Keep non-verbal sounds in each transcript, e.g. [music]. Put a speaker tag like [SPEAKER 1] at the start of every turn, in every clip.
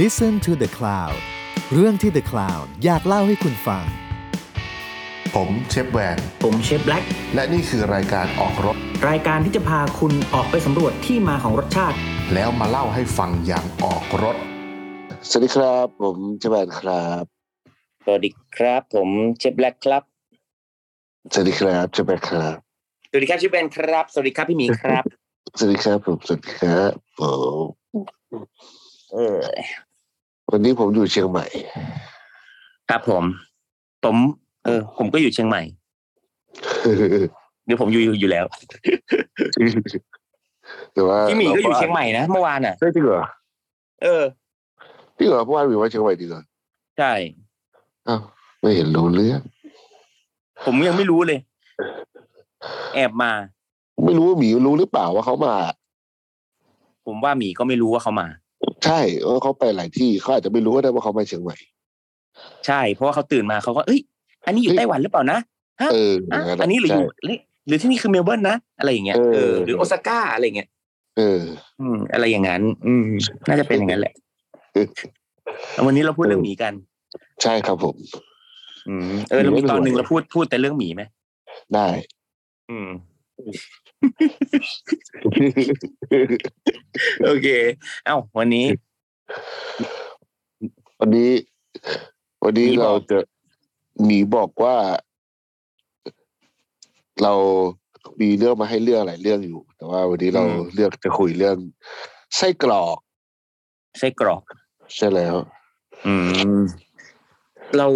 [SPEAKER 1] Listen to the Cloud เรื่องที่ The Cloud อยากเล่าให้คุณฟัง
[SPEAKER 2] ผมเชฟแวน
[SPEAKER 3] ผมเชฟแบล็ก
[SPEAKER 2] และนี่คือรายการออกรถ
[SPEAKER 3] รายการที่จะพาคุณออกไปสำรวจที่มาของรสชาติ
[SPEAKER 2] แล้วมาเล่าให้ฟังอย่างออกรถ
[SPEAKER 4] สวัสดีครับ ผมเจแบนครับ
[SPEAKER 5] สวัสดีครับ ผมเชฟแบล็กครับ
[SPEAKER 4] สวัสดีครับเจแบนครับ
[SPEAKER 5] สวัสดีครับชื่อแบนครับ สวัสดีครับพี่หมีครับ
[SPEAKER 4] สวัสดีครับผมสวัสดีครับผม
[SPEAKER 5] เออ
[SPEAKER 4] วันนี้ผมอยู่เชียงใหม่
[SPEAKER 5] [laughs]
[SPEAKER 4] [laughs]
[SPEAKER 5] ครับผม ผม เออ ผมก็อยู่เชียงใหม่เดี๋ยวผมอยู่อยู่อยู่แล้ว
[SPEAKER 4] แต่ว่า
[SPEAKER 5] พี่หมีก็อยู่เชียงใหม่นะเมื่อวานอ่ะ
[SPEAKER 4] ใช่จริงเหรอ
[SPEAKER 5] เออ
[SPEAKER 4] จริงเหรอเพราะว่ามีว่าเชียงใหม่ดีเหรอ
[SPEAKER 5] ใช่
[SPEAKER 4] อ้าวไม่เห็นรู้เรื่อง
[SPEAKER 5] ผมยังไม่รู้เลย แอบมา
[SPEAKER 4] ไม่รู้ว่าหมีรู้หรือเปล่าว่าเขามา
[SPEAKER 5] ผมว่าหมีก็ไม่รู้ว่าเขามา
[SPEAKER 4] ใช่เออเขาไปหลายที่เขาอาจจะไม่รู้ก็ได้ว่าเขามาเชียงใหม่
[SPEAKER 5] ใช่ เพราะว่าเขาตื่นมาเขาก็เอ้ย อันนี้อยู่
[SPEAKER 4] เฮ้ย
[SPEAKER 5] ไต้หวันหรือเปล่านะ
[SPEAKER 4] เออ
[SPEAKER 5] อ่ะ
[SPEAKER 4] อย่างะ
[SPEAKER 5] อันนี้หรืออยู่
[SPEAKER 4] ใช่
[SPEAKER 5] หรือหรือที่นี่คือเมลเบิร์นนะอะไรอย่างเงี้ย
[SPEAKER 4] เออ
[SPEAKER 5] เออหรือโอซาก้าอะไรอย่างเงี้ย
[SPEAKER 4] เออ
[SPEAKER 5] อืม อะไรอย่างนั้น อืม น่าจะเป็นอย่างนั้นแหละแล้ววันนี้เราพูดเรื่องหมีกัน
[SPEAKER 4] ใช่ครับผม
[SPEAKER 5] อืมเออเรามีตอนหนึ่งเราพูดพูดแต่เรื่องหมีไหม
[SPEAKER 4] ได้ [laughs]
[SPEAKER 5] อืม โอเค เอ้า วันนี้
[SPEAKER 4] วันนี้ วันนี้
[SPEAKER 5] หมีบอ
[SPEAKER 4] เรา
[SPEAKER 5] ก
[SPEAKER 4] จะหมีบอกว่า เรามีเรื่องมาให้เรื่องหลายเรื่องอยู่ แต่ว่าวันนี้เราเลือกจะคุยเรื่องไส้กรอก
[SPEAKER 5] ไส้กรอก
[SPEAKER 4] ใช่แล้ว
[SPEAKER 5] อืม เรา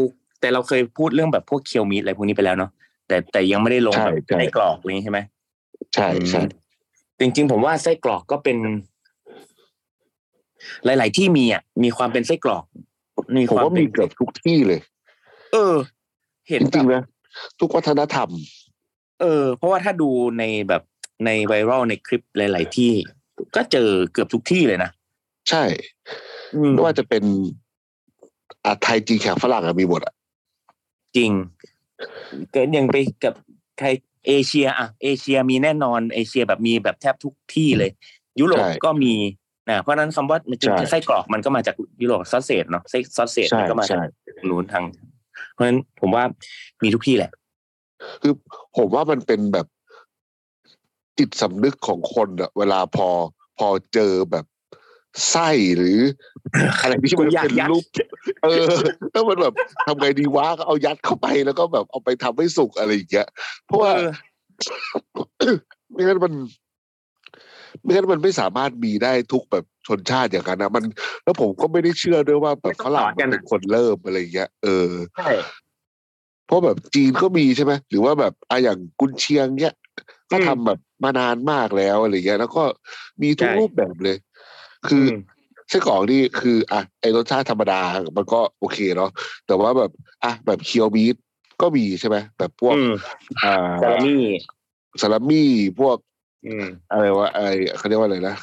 [SPEAKER 5] แต่เราเคยพูดเรื่องแบบพวกเคียวมีดอะไรพวกนี้ไปแล้วเนาะแต่แต่ยังไม่ได้ลง
[SPEAKER 4] ใช่
[SPEAKER 5] แบบ
[SPEAKER 4] ใช่
[SPEAKER 5] ไส้กรอกอะไรอย่างนี้ใช่ไหม
[SPEAKER 4] ใช่ใช่
[SPEAKER 5] จริงจริง ๆ ผมว่าไส้กรอกก็เป็น หลาย ๆ ที่มีอ่ะมีความเป็นไส้กรอกมี
[SPEAKER 4] ผม
[SPEAKER 5] ความ
[SPEAKER 4] ว่า
[SPEAKER 5] เป็
[SPEAKER 4] มี
[SPEAKER 5] น
[SPEAKER 4] เกือบทุกที่เลย
[SPEAKER 5] เออ เห็น
[SPEAKER 4] จ
[SPEAKER 5] แบ
[SPEAKER 4] ริ
[SPEAKER 5] บ
[SPEAKER 4] งๆนะทุกวัฒนธรรม
[SPEAKER 5] เออเพราะว่าถ้าดูในแบบในไวรัลในคลิปหลาย ๆ ที่ ก็เจอเกือบทุกที่เลยนะ
[SPEAKER 4] ใช่ไม่ว่าจะเป็นอาไทยจีนแขกฝรั่งอะมีหมดอะ
[SPEAKER 5] จริง เกินยังไปกับใครเอเชียอะเอเชียมีแน่นอนเอเชียแบบมีแบบแทบทุกที่เลย ยุโรปก็มีนะเพราะฉะนั้นคำว่ามันจะไส้กรอกมันก็มาจากยุโรปซอสเซจเนาะไส้ซอสเซจมันก็มาจาก
[SPEAKER 4] ใช่
[SPEAKER 5] นู้นทาง เพราะฉะนั้นผมว่ามีทุกที่แหละ
[SPEAKER 4] คือผมว่ามันเป็นแบบจิตสำนึกของคนอะเวลาพอพอเจอแบบไส้ห [coughs] รือ อะไรที่มัน
[SPEAKER 5] กูอยาก
[SPEAKER 4] เป็น
[SPEAKER 5] ยัด
[SPEAKER 4] รูปเออแล้วมันแบบทำไงดีวะก็เอายัดเข้าไปแล้วก็แบบเอาไปทำให้สุกอะไรอย่างเงี้ยเพราะว่า
[SPEAKER 5] เออ
[SPEAKER 4] ไม่งั้นมันไม่งั้นมันไม่สามารถมีได้ทุกแบบชนชาติอย่างนั้นนะมัน แล้วผมก็ไม่ได้เชื่อด้วยว่าแบบฝรั่งมันเป็นคนเริ่มอะไรอย่างเงี้ยเออ
[SPEAKER 5] ใช่
[SPEAKER 4] เพราะแบบจีนก็มีใช่ไหมหรือว่าแบบอะอย่างกุนเชียงเนี้ยก็ทำแบบมานานมากแล้วอะไรเงี้ย แล้วก็มีทุกรูปแบบเลย คืออ
[SPEAKER 5] อืม
[SPEAKER 4] ไส้กรอกนี่คืออ่ะไอรสชาติธรรมดา มันก็โอเคเนาะแต่ว่าแบบอ่ะแบบเคียวมีดก็มีใช่ไหมแบบพวก
[SPEAKER 5] อืม
[SPEAKER 4] อ่า
[SPEAKER 5] ซาลามี่
[SPEAKER 4] สลัมมี่พวก
[SPEAKER 5] อืม
[SPEAKER 4] อะไรวะไอเขาเรียกว่าอะไรนะ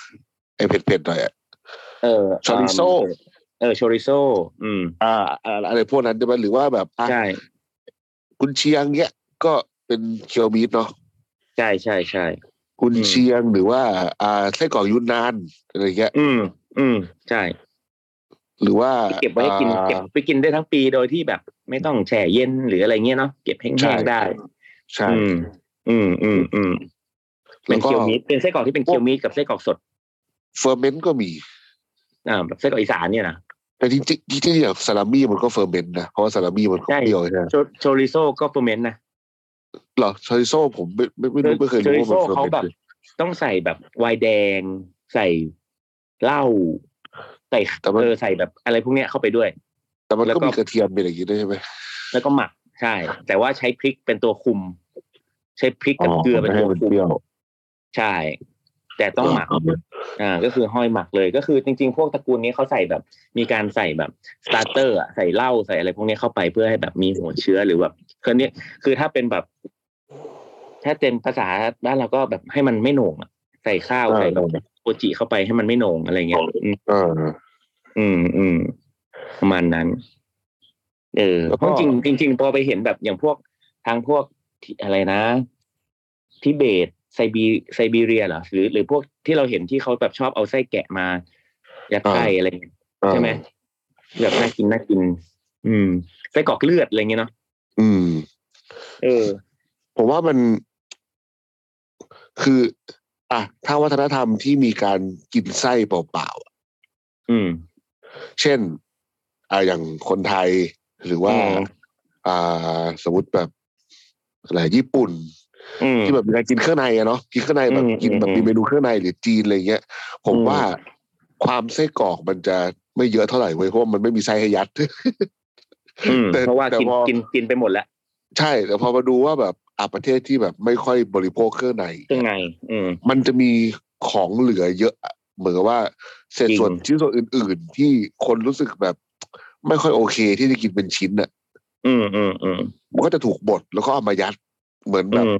[SPEAKER 4] ไอเผ็ดๆหน่อยอะ
[SPEAKER 5] เออ
[SPEAKER 4] Chorizo
[SPEAKER 5] เออชอริโซอืม
[SPEAKER 4] อ่าอ่าอะไรพวกนั้นใช่ไหมหรือว่าแบบอ่ะ
[SPEAKER 5] ใช่
[SPEAKER 4] กุนเชียงเนี้ยก็เป็นเคียวมีดเนาะ
[SPEAKER 5] ใช่ใช่ใช่
[SPEAKER 4] กุน
[SPEAKER 5] อืม
[SPEAKER 4] เชียงหรือว่า อ่าไส้กรอกยุนนานอะไรเงี้ย
[SPEAKER 5] อืม อืม ใช่
[SPEAKER 4] หรือว่า
[SPEAKER 5] เก็บไว้ให้กิน
[SPEAKER 4] อ่า
[SPEAKER 5] เก็บไปกินได้ทั้งปีโดยที่แบบ ไม่ต้องแช่เย็นหรืออะไรเงี้ยเนาะเก็บแห้
[SPEAKER 4] ใช่
[SPEAKER 5] งๆได้
[SPEAKER 4] ใช่
[SPEAKER 5] อืม อืมอืมอืมเป็
[SPEAKER 4] แล้
[SPEAKER 5] น
[SPEAKER 4] วก็
[SPEAKER 5] เคียวมีดเป็นไส้กรอกที่เป็นเคียวมีดกับไส้กรอกสด
[SPEAKER 4] เฟอร์เมนต์ก็มี
[SPEAKER 5] อ่าแบบไส้กรอกอีสานเนี่ยนะ
[SPEAKER 4] แต่จริงๆจริงๆอย่างซาลามี่มันก็เฟอร์เมนต์นะเพราะว่าซาลามี่มันก็
[SPEAKER 5] ใช่
[SPEAKER 4] เปรี้ยวใช่ไหม
[SPEAKER 5] โชโชริโซก็เปอร์เมนต์นะ
[SPEAKER 4] หรอชอริโซ่ผมไม่ไม่ไม่รู้ไม่เคย
[SPEAKER 5] โช
[SPEAKER 4] รู้
[SPEAKER 5] ริ
[SPEAKER 4] ว่ามันเฟอ
[SPEAKER 5] โซ
[SPEAKER 4] ร์
[SPEAKER 5] เขา
[SPEAKER 4] เมน
[SPEAKER 5] แบบ
[SPEAKER 4] ต์เลย
[SPEAKER 5] ต้องใส่แบบไวน์แดง ใส่เหล้าใส่เออใส่แบบอะไรพวกเนี้ยเข้าไปด้วย
[SPEAKER 4] แต่มัน
[SPEAKER 5] แล้ว
[SPEAKER 4] ก็
[SPEAKER 5] ก็
[SPEAKER 4] มีกระเทียมเป็นอย่างนี้ด้วยใช่ไหม
[SPEAKER 5] แล้วก็หมักใช่ แต่ว่าใช้พริกเป็นตัวคุม ใช้พริกกับเกลือเป็นตัวคุม ใช่ แต่ต้องหมัก อ่า ก็คือห้อยหมักเลย ก็คือจริงๆ พวกตระกูลนี้เขาใส่แบบ มีการใส่แบบสตาร์เตอร์อะใส่เหล้าใส่อะไรพวกนี้เข้าไปเพื่อให้แบบมีหัวเชื้อหรือแบบคือเนี้ยคือถ้าเป็นแบบ ถ้าเป็นภาษาบ้านเราก็แบบให้มันไม่โหน่งอะใส่ข้าว
[SPEAKER 4] อ่า
[SPEAKER 5] ใส่แบบโอจิเข้าไปให้มันไม่โหน่งอะไรเงี้ยอืม
[SPEAKER 4] เออ
[SPEAKER 5] อืมอืมประมาณนั้น เออ
[SPEAKER 4] แล้วก็
[SPEAKER 5] จริงจริงจริงๆพอไปเห็นแบบอย่างพวกทางพวกที่อะไรนะทิเบตไซบีไซบีเรียเหรอหรือ หรือพวกที่เราเห็นที่เขาแบบชอบเอาไส้แกะมายัดไส้อะไรเงี้ย ใช่ไหมแบบน่ากินน่ากิน อืมไส้กรอกเลือดอะไรเงี้ยเนาะ
[SPEAKER 4] อืม
[SPEAKER 5] เออ
[SPEAKER 4] ผมว่ามันคือ อ่ะถ้าวัฒนธรรมที่มีการกินไส้เปล่าๆอะ
[SPEAKER 5] อืม
[SPEAKER 4] เช่น อ่ะอย่างคนไทยหรือว่า
[SPEAKER 5] อืม
[SPEAKER 4] อ่า สมมติแบบอะไรญี่ปุ่น
[SPEAKER 5] อืม
[SPEAKER 4] ที่แบบมีการกินเครื่องในอะเนาะกินเครื่องในแบบ
[SPEAKER 5] อืม
[SPEAKER 4] กินแบบ
[SPEAKER 5] อืม
[SPEAKER 4] มีเมนูเครื่องในหรือจีนอะไรเงี้ย ผม
[SPEAKER 5] อืม
[SPEAKER 4] ว่าความไส้กรอกมันจะไม่เยอะเท่าไหร่เว้ยเพราะว่ามันไม่มีไส้ให้ยัด [laughs]
[SPEAKER 5] อืม
[SPEAKER 4] แต่
[SPEAKER 5] เพราะว่า
[SPEAKER 4] แต่
[SPEAKER 5] กิน
[SPEAKER 4] พอ
[SPEAKER 5] กินกินไปหมดแล้ว
[SPEAKER 4] ใช่แต่พอมาดูว่าแบบอ่ะประเทศที่แบบไม่ค่อยบริโภคเครื่องใน
[SPEAKER 5] เครื่องในอืม
[SPEAKER 4] มันจะมีของเหลือเยอะอะเหมือนกับว่าเศษส่วน
[SPEAKER 5] จริง
[SPEAKER 4] ชิ้นส่วนอื่น ๆ ที่คนรู้สึกแบบ ไม่ค่อยโอเคที่จะกินเป็นชิ้นอ่ะ
[SPEAKER 5] อืมอืมอืม
[SPEAKER 4] มันก็จะถูกบดแล้วก็เอามายัด เหมือนแบบ
[SPEAKER 5] อืม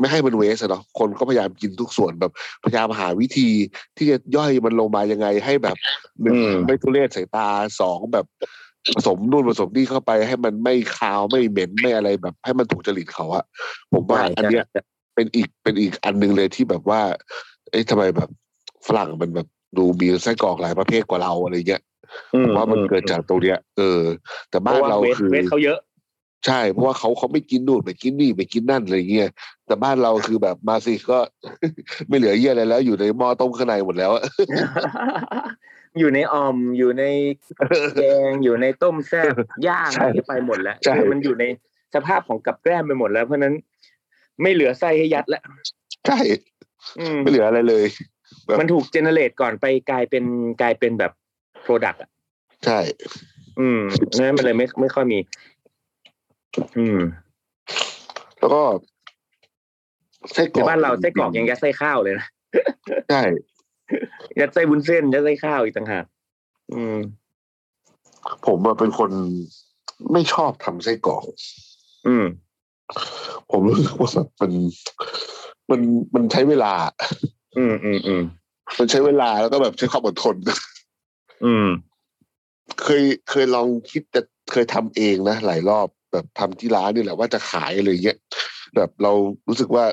[SPEAKER 4] ไม่ให้มันเวสอะเนาะคนก็พยายามกินทุกส่วนแบบ พยายามหาวิธีที่จะย่อยมันลงมายังไงให้แบบหนึ่ง
[SPEAKER 5] อืม
[SPEAKER 4] ไม่ทุเรศสายตาสองแบบผสมนู่นผสมนี่เข้าไป ให้มันไม่คาวไม่เหม็นไม่อะไรแบบ ให้มันถูกจริตเขาอะผมว่า
[SPEAKER 5] ใช่
[SPEAKER 4] อันเนี้ย
[SPEAKER 5] ใช่
[SPEAKER 4] เป็นอีกเป็นอีกอันหนึ่งเลยที่แบบว่า เอ๊ะทำไมแบบฝรั่งมันแบบดูมีไส้กรอกหลายประเภทกว่าเราอะไรเงี้ย
[SPEAKER 5] อื
[SPEAKER 4] ผมว่ามันเกิดจากตรงเนี้ยเออ แต่
[SPEAKER 5] เพ
[SPEAKER 4] บ้าน
[SPEAKER 5] ราะว่า
[SPEAKER 4] เรา
[SPEAKER 5] เวท
[SPEAKER 4] คือ
[SPEAKER 5] เวทเขาเยอะ
[SPEAKER 4] ใช่เพราะว่าเขาเขาไม่กินนู่นไม่กินนี่ไม่กินนั่นอะไรเงี้ยแต่บ้านเราคือแบบมาสิก็ [laughs] ไม่เหลือเยี่ยอะไรแล้ว อยู่ในหม้อต้มข้างในหมดแล้วอะ
[SPEAKER 5] [laughs] อยู่ในออมอยู่ในแกงอยู่ในต้มแซ่บย่าง
[SPEAKER 4] ใช่
[SPEAKER 5] อะไรไปหมดแล้ว
[SPEAKER 4] ใช่
[SPEAKER 5] คือมันอยู่ในสภาพของกับแกล้มไปหมดแล้วเพราะฉะนั้น ไม่เหลือไส้ให้ยัดแล้ว
[SPEAKER 4] ใช่
[SPEAKER 5] อืม
[SPEAKER 4] [laughs] ไม่เหลืออะไรเลย แบบ
[SPEAKER 5] มันถูกเจเนเรตก่อนไปกลายเป็นกลายเป็นแบบโปรดักต์อ่ะ
[SPEAKER 4] ใช่
[SPEAKER 5] อืมนั่นมันเลยไม่ไม่ค่อยมี อืม
[SPEAKER 4] แล้วก็ไส้กร
[SPEAKER 5] ใน
[SPEAKER 4] อก
[SPEAKER 5] บ้านเราไส้กรอกยังยัดไส้ข้าวเลยนะ
[SPEAKER 4] ใช่
[SPEAKER 5] ยัดไส้บุนเส้นยัดไส้ข้าวอีกต่างหากอืม
[SPEAKER 4] ผมอะเป็นคนไม่ชอบทำไส้กรอก
[SPEAKER 5] อืม
[SPEAKER 4] ผมรู้สึกว่าแบบมันมันมันใช้เวลา
[SPEAKER 5] อืมอืมอืม
[SPEAKER 4] มันใช้เวลาแล้วก็แบบใช้ความอดทน
[SPEAKER 5] อืม
[SPEAKER 4] เคยเคยลองคิดจะเคยทำเองนะหลายรอบแบบทำที่ร้านนี่แหละว่าจะขายอะไรเงี้ยแบบเรารู้สึกว่า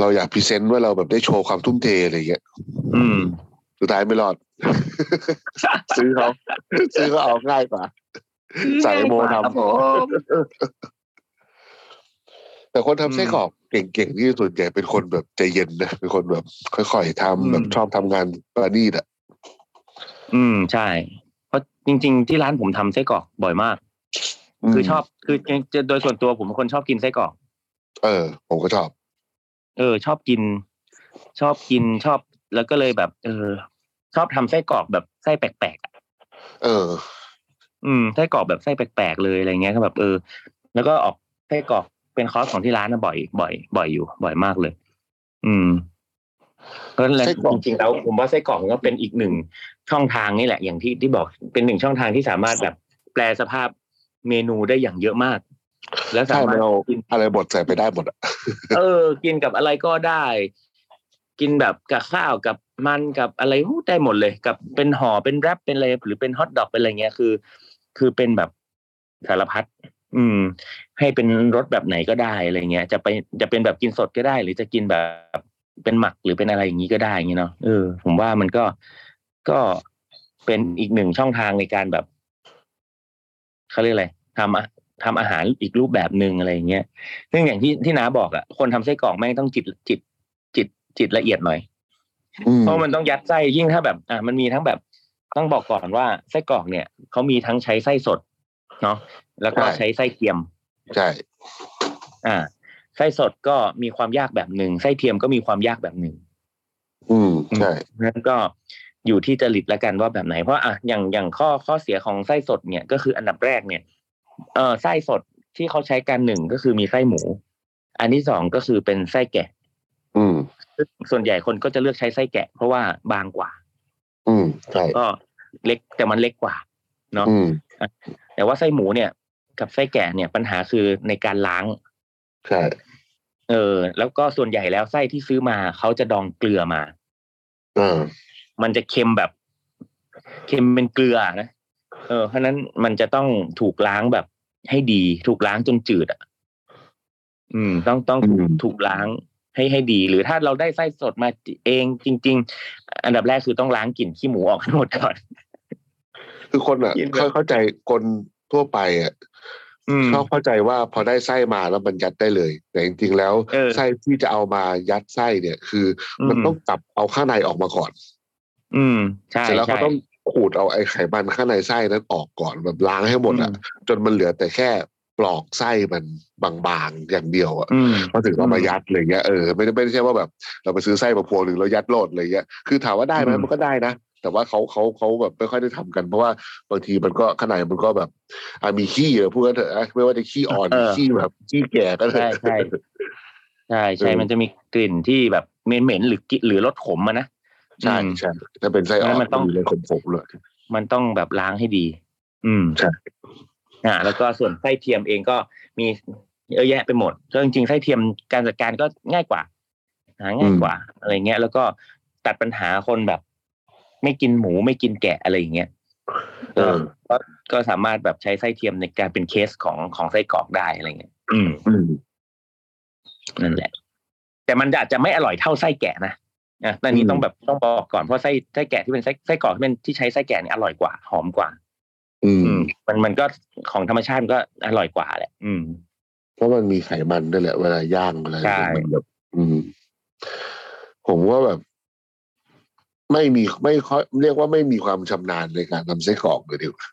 [SPEAKER 4] เราอยากพรีเซนต์ว่าเราแบบได้โชว์ความทุ่มเทอะไรเงี้ย
[SPEAKER 5] อืม
[SPEAKER 4] สุดท้ายไม่รอด [laughs] ซื้อเขาซื้อเขาเอาง่ายกว่า สายโมทำ แต่คนทำไส้กรอกเก่งๆที่ส่วนใหญ่เป็นคนแบบใจเย็นนะเป็นคนแบบ ค่อยๆทำแบบ
[SPEAKER 5] อืม
[SPEAKER 4] ชอบทำงานประณีตอะ
[SPEAKER 5] อืมใช่ เพราะจริง ๆ ที่ร้านผมทำไส้กรอกบ่อยมาก
[SPEAKER 4] ม
[SPEAKER 5] คือชอบคือจะโดยส่วนตัวผมเป็นคนชอบกินไส้กรอก
[SPEAKER 4] เออ ผมก็ชอบ
[SPEAKER 5] เออ ชอบกิน ชอบกินชอบแล้วก็เลยแบบ เออ ชอบทำไส้กรอกแบบไส้แปลกๆอะ
[SPEAKER 4] เออ
[SPEAKER 5] อืมไส้กรอกแบบไส้แปลกๆเลยอะไรเงี้ยก็แบบเออ แล้วก็ออกไส้กรอกเป็นคอร์สของที่ร้านนะบ่อย บ่อย บ่อยอยู่ บ่อยมากเลย อืมก็เลย
[SPEAKER 4] ไส้กรอก
[SPEAKER 5] จริงๆแล้วผมว่าไส้กรอกมันก็เป็นอีกหนึ่งช่องทางนี่แหละ อย่างที่ที่บอกเป็นหนึ่งช่องทางที่สามารถแบบแปลสภาพเมนูได้อย่างเยอะมาก แล้ว
[SPEAKER 4] ใช่
[SPEAKER 5] สามาร
[SPEAKER 4] มัน
[SPEAKER 5] ถ
[SPEAKER 4] เอา
[SPEAKER 5] กิน
[SPEAKER 4] อะไรบดใส่ไปได้หมดอะ
[SPEAKER 5] เออ กินกับอะไรก็ได้ กินแบบกับข้าวกับมันกับอะไรอู้ได้หมดเลย กับเป็นห่อเป็นแรปเป็นอะไรหรือเป็นฮอทดอกเป็นอะไรเงี้ยคือ คือเป็นแบบสารพัดอืม ให้เป็นรสแบบไหนก็ได้อะไรเงี้ย จะไปจะเป็นแบบกินสดก็ได้ หรือจะกินแบบเป็นหมักหรือเป็นอะไรอย่างนี้ก็ได้อย่างนี้เนาะเออผมว่ามันก็ก็เป็นอีกหนึ่งช่องทางในการแบบเขาเรียกอะไรทำอะทำอาหารอีกรูปแบบหนึ่งอะไรอย่างเงี้ย ซึ่งอย่างที่ที่น้าบอกอะคนทำไส้กรอกแม่งต้องจิตจิตจิตจิตละเอียดหน่อย
[SPEAKER 4] อืม
[SPEAKER 5] เพราะมันต้องยัดไส้ยิ่งถ้าแบบอ่ะมันมีทั้งแบบต้องบอกก่อนว่าไส้กรอกเนี่ยเขามีทั้งใช้ไส้สดเนาะแล้วก็ใช้ไส้เทียม
[SPEAKER 4] ใช่
[SPEAKER 5] อ่า ไส้สดก็มีความยากแบบหนึ่งไส้เทียมก็มีความยากแบบหนึ่ง
[SPEAKER 4] อืม ใช่
[SPEAKER 5] นั้นก็อยู่ที่จริตละกันว่าแบบไหน เพราะอ่ะอย่างอย่างข้อข้อเสียของไส้สดเนี่ยก็คืออันดับแรกเนี่ย เออไส้สดที่เขาใช้กันหนึ่งก็คือมีไส้หมู อันที่สองก็คือเป็นไส้แกะ
[SPEAKER 4] อืม
[SPEAKER 5] ส่วนใหญ่คนก็จะเลือกใช้ไส้แกะ เพราะว่าบางกว่า
[SPEAKER 4] อืม ใช่
[SPEAKER 5] ก็เล็กแต่มันเล็กกว่า เนาะ
[SPEAKER 4] อืม
[SPEAKER 5] แต่ว่าไส้หมูเนี่ยกับไส้แกะเนี่ยปัญหาคือในการล้าง
[SPEAKER 4] ใช่
[SPEAKER 5] เออ แล้วก็ส่วนใหญ่แล้วไส้ที่ซื้อมาเขาจะดองเกลือมา
[SPEAKER 4] อ่า
[SPEAKER 5] มันจะเค็มแบบ เค็มเป็นเกลือนะ เออ เพราะฉะนั้นมันจะต้องถูกล้างแบบให้ดี ถูกล้างจนจืดอ่ะ อืม ต้องต้อง
[SPEAKER 4] อื
[SPEAKER 5] ถูก
[SPEAKER 4] ม
[SPEAKER 5] ถูกล้างให้ให้ดี หรือถ้าเราได้ไส้สดมาเองจริง ๆ อันดับแรกคือต้องล้างกลิ่นขี้หมูออกให้หมดก่อน
[SPEAKER 4] คือคนอ่ะ
[SPEAKER 5] กินแบบ
[SPEAKER 4] เข้าเข้าใจคนทั่วไปอ่ะ
[SPEAKER 5] อืม
[SPEAKER 4] ชอบเข้าใจว่าพอได้ไส้มาแล้วมันยัดได้เลย แต่จริงๆแล้ว
[SPEAKER 5] เออ
[SPEAKER 4] ไส้ที่จะเอามายัดไส้เนี่ย คืออมันต้องจับเอาข้างในออกมาก่อน
[SPEAKER 5] อืมใช่
[SPEAKER 4] เสร็จแล้ว
[SPEAKER 5] ใช่
[SPEAKER 4] เขาต้องขูดเอาไอ้ไขมันข้างในไส้นั้นออกก่อนแบบล้างให้หมดอ่ะ จนมันเหลือแต่แค่ปลอกไส้มันบางๆอย่างเดียวอ่ะ
[SPEAKER 5] อืม
[SPEAKER 4] มาถึงเอามา
[SPEAKER 5] อืม
[SPEAKER 4] ยัดอะไรเงี้ยเออไม่ได้ไม่ได้ใช่ว่าแบบ เราไปซื้อไส้มาพวงหนึ่งแล้วยัดโลดอะไรเงี้ยคือถามว่าได้ไหม
[SPEAKER 5] อืม
[SPEAKER 4] มันก็ได้นะ แต่ว่าเขาเขาเขาแบบไม่ค่อยได้ทำกันเพราะว่าบางทีมันก็ข้างในมันก็แบบอ่ะมีขี้เยอะพูดกันเถอะอ่ะไม่ว่าจะขี้อ่อนหรือขี้แบบขี้แก่ก็เถ
[SPEAKER 5] ใช่
[SPEAKER 4] อะ
[SPEAKER 5] ใช่ใช่ใช่
[SPEAKER 4] เออ
[SPEAKER 5] มันจะมีกลิ่นที่แบบเหม็นเหม็นๆหรือกลิหรือรสขมอะนะ
[SPEAKER 4] ใช่
[SPEAKER 5] อืม
[SPEAKER 4] ใช่ถ้าเป็นไส้อ่อ
[SPEAKER 5] แล้วมัน นต้อง
[SPEAKER 4] มีเลยขมๆเลย
[SPEAKER 5] มันต้องแบบล้างให้ดี อืม
[SPEAKER 4] ใช่
[SPEAKER 5] อ่า แล้วก็ส่วนไส้เทียมเองก็มีเยอะแยะไปหมดก็จริงๆไส้เทียมการจัดการก็ง่ายกว่า หาง่ายกว่า อะไรเงี้ย แล้วก็ตัดปัญหาคนแบบ ไม่กินหมูไม่กินแกะอะไรอย่างเงี้ย
[SPEAKER 4] เออ
[SPEAKER 5] ก็ก็สามารถแบบใช้ไส้เทียมในการเป็นเคสของของไส้กรอกได้อะไรเงี้ย อืม
[SPEAKER 4] อืม
[SPEAKER 5] นั่นแหละ แต่มันอาจจะไม่อร่อยเท่าไส้แกะนะอ่ะตอนนี้
[SPEAKER 4] อืม
[SPEAKER 5] ต้องแบบต้องบอกก่อนเพราะไส้ไส้แกะที่เป็นไส้ไส้กรอกที่เป็นที่ใช้ไส้แกะเนี่ยอร่อยกว่าหอมกว่า
[SPEAKER 4] อื
[SPEAKER 5] อื
[SPEAKER 4] ม
[SPEAKER 5] ม มันมันก็ของธรรมชาติมันก็อร่อยกว่าแหละ อืม
[SPEAKER 4] เพราะมันมีไขมันด้วยแหละเวลาย่างเวลาอะไร
[SPEAKER 5] ใช่
[SPEAKER 4] มันแบบอืม ผมว่าแบบ ไม่มีไม่ค่อยเรียกว่าไม่มีความชำนาญในการทำไส้กรอกเลยดีกว่า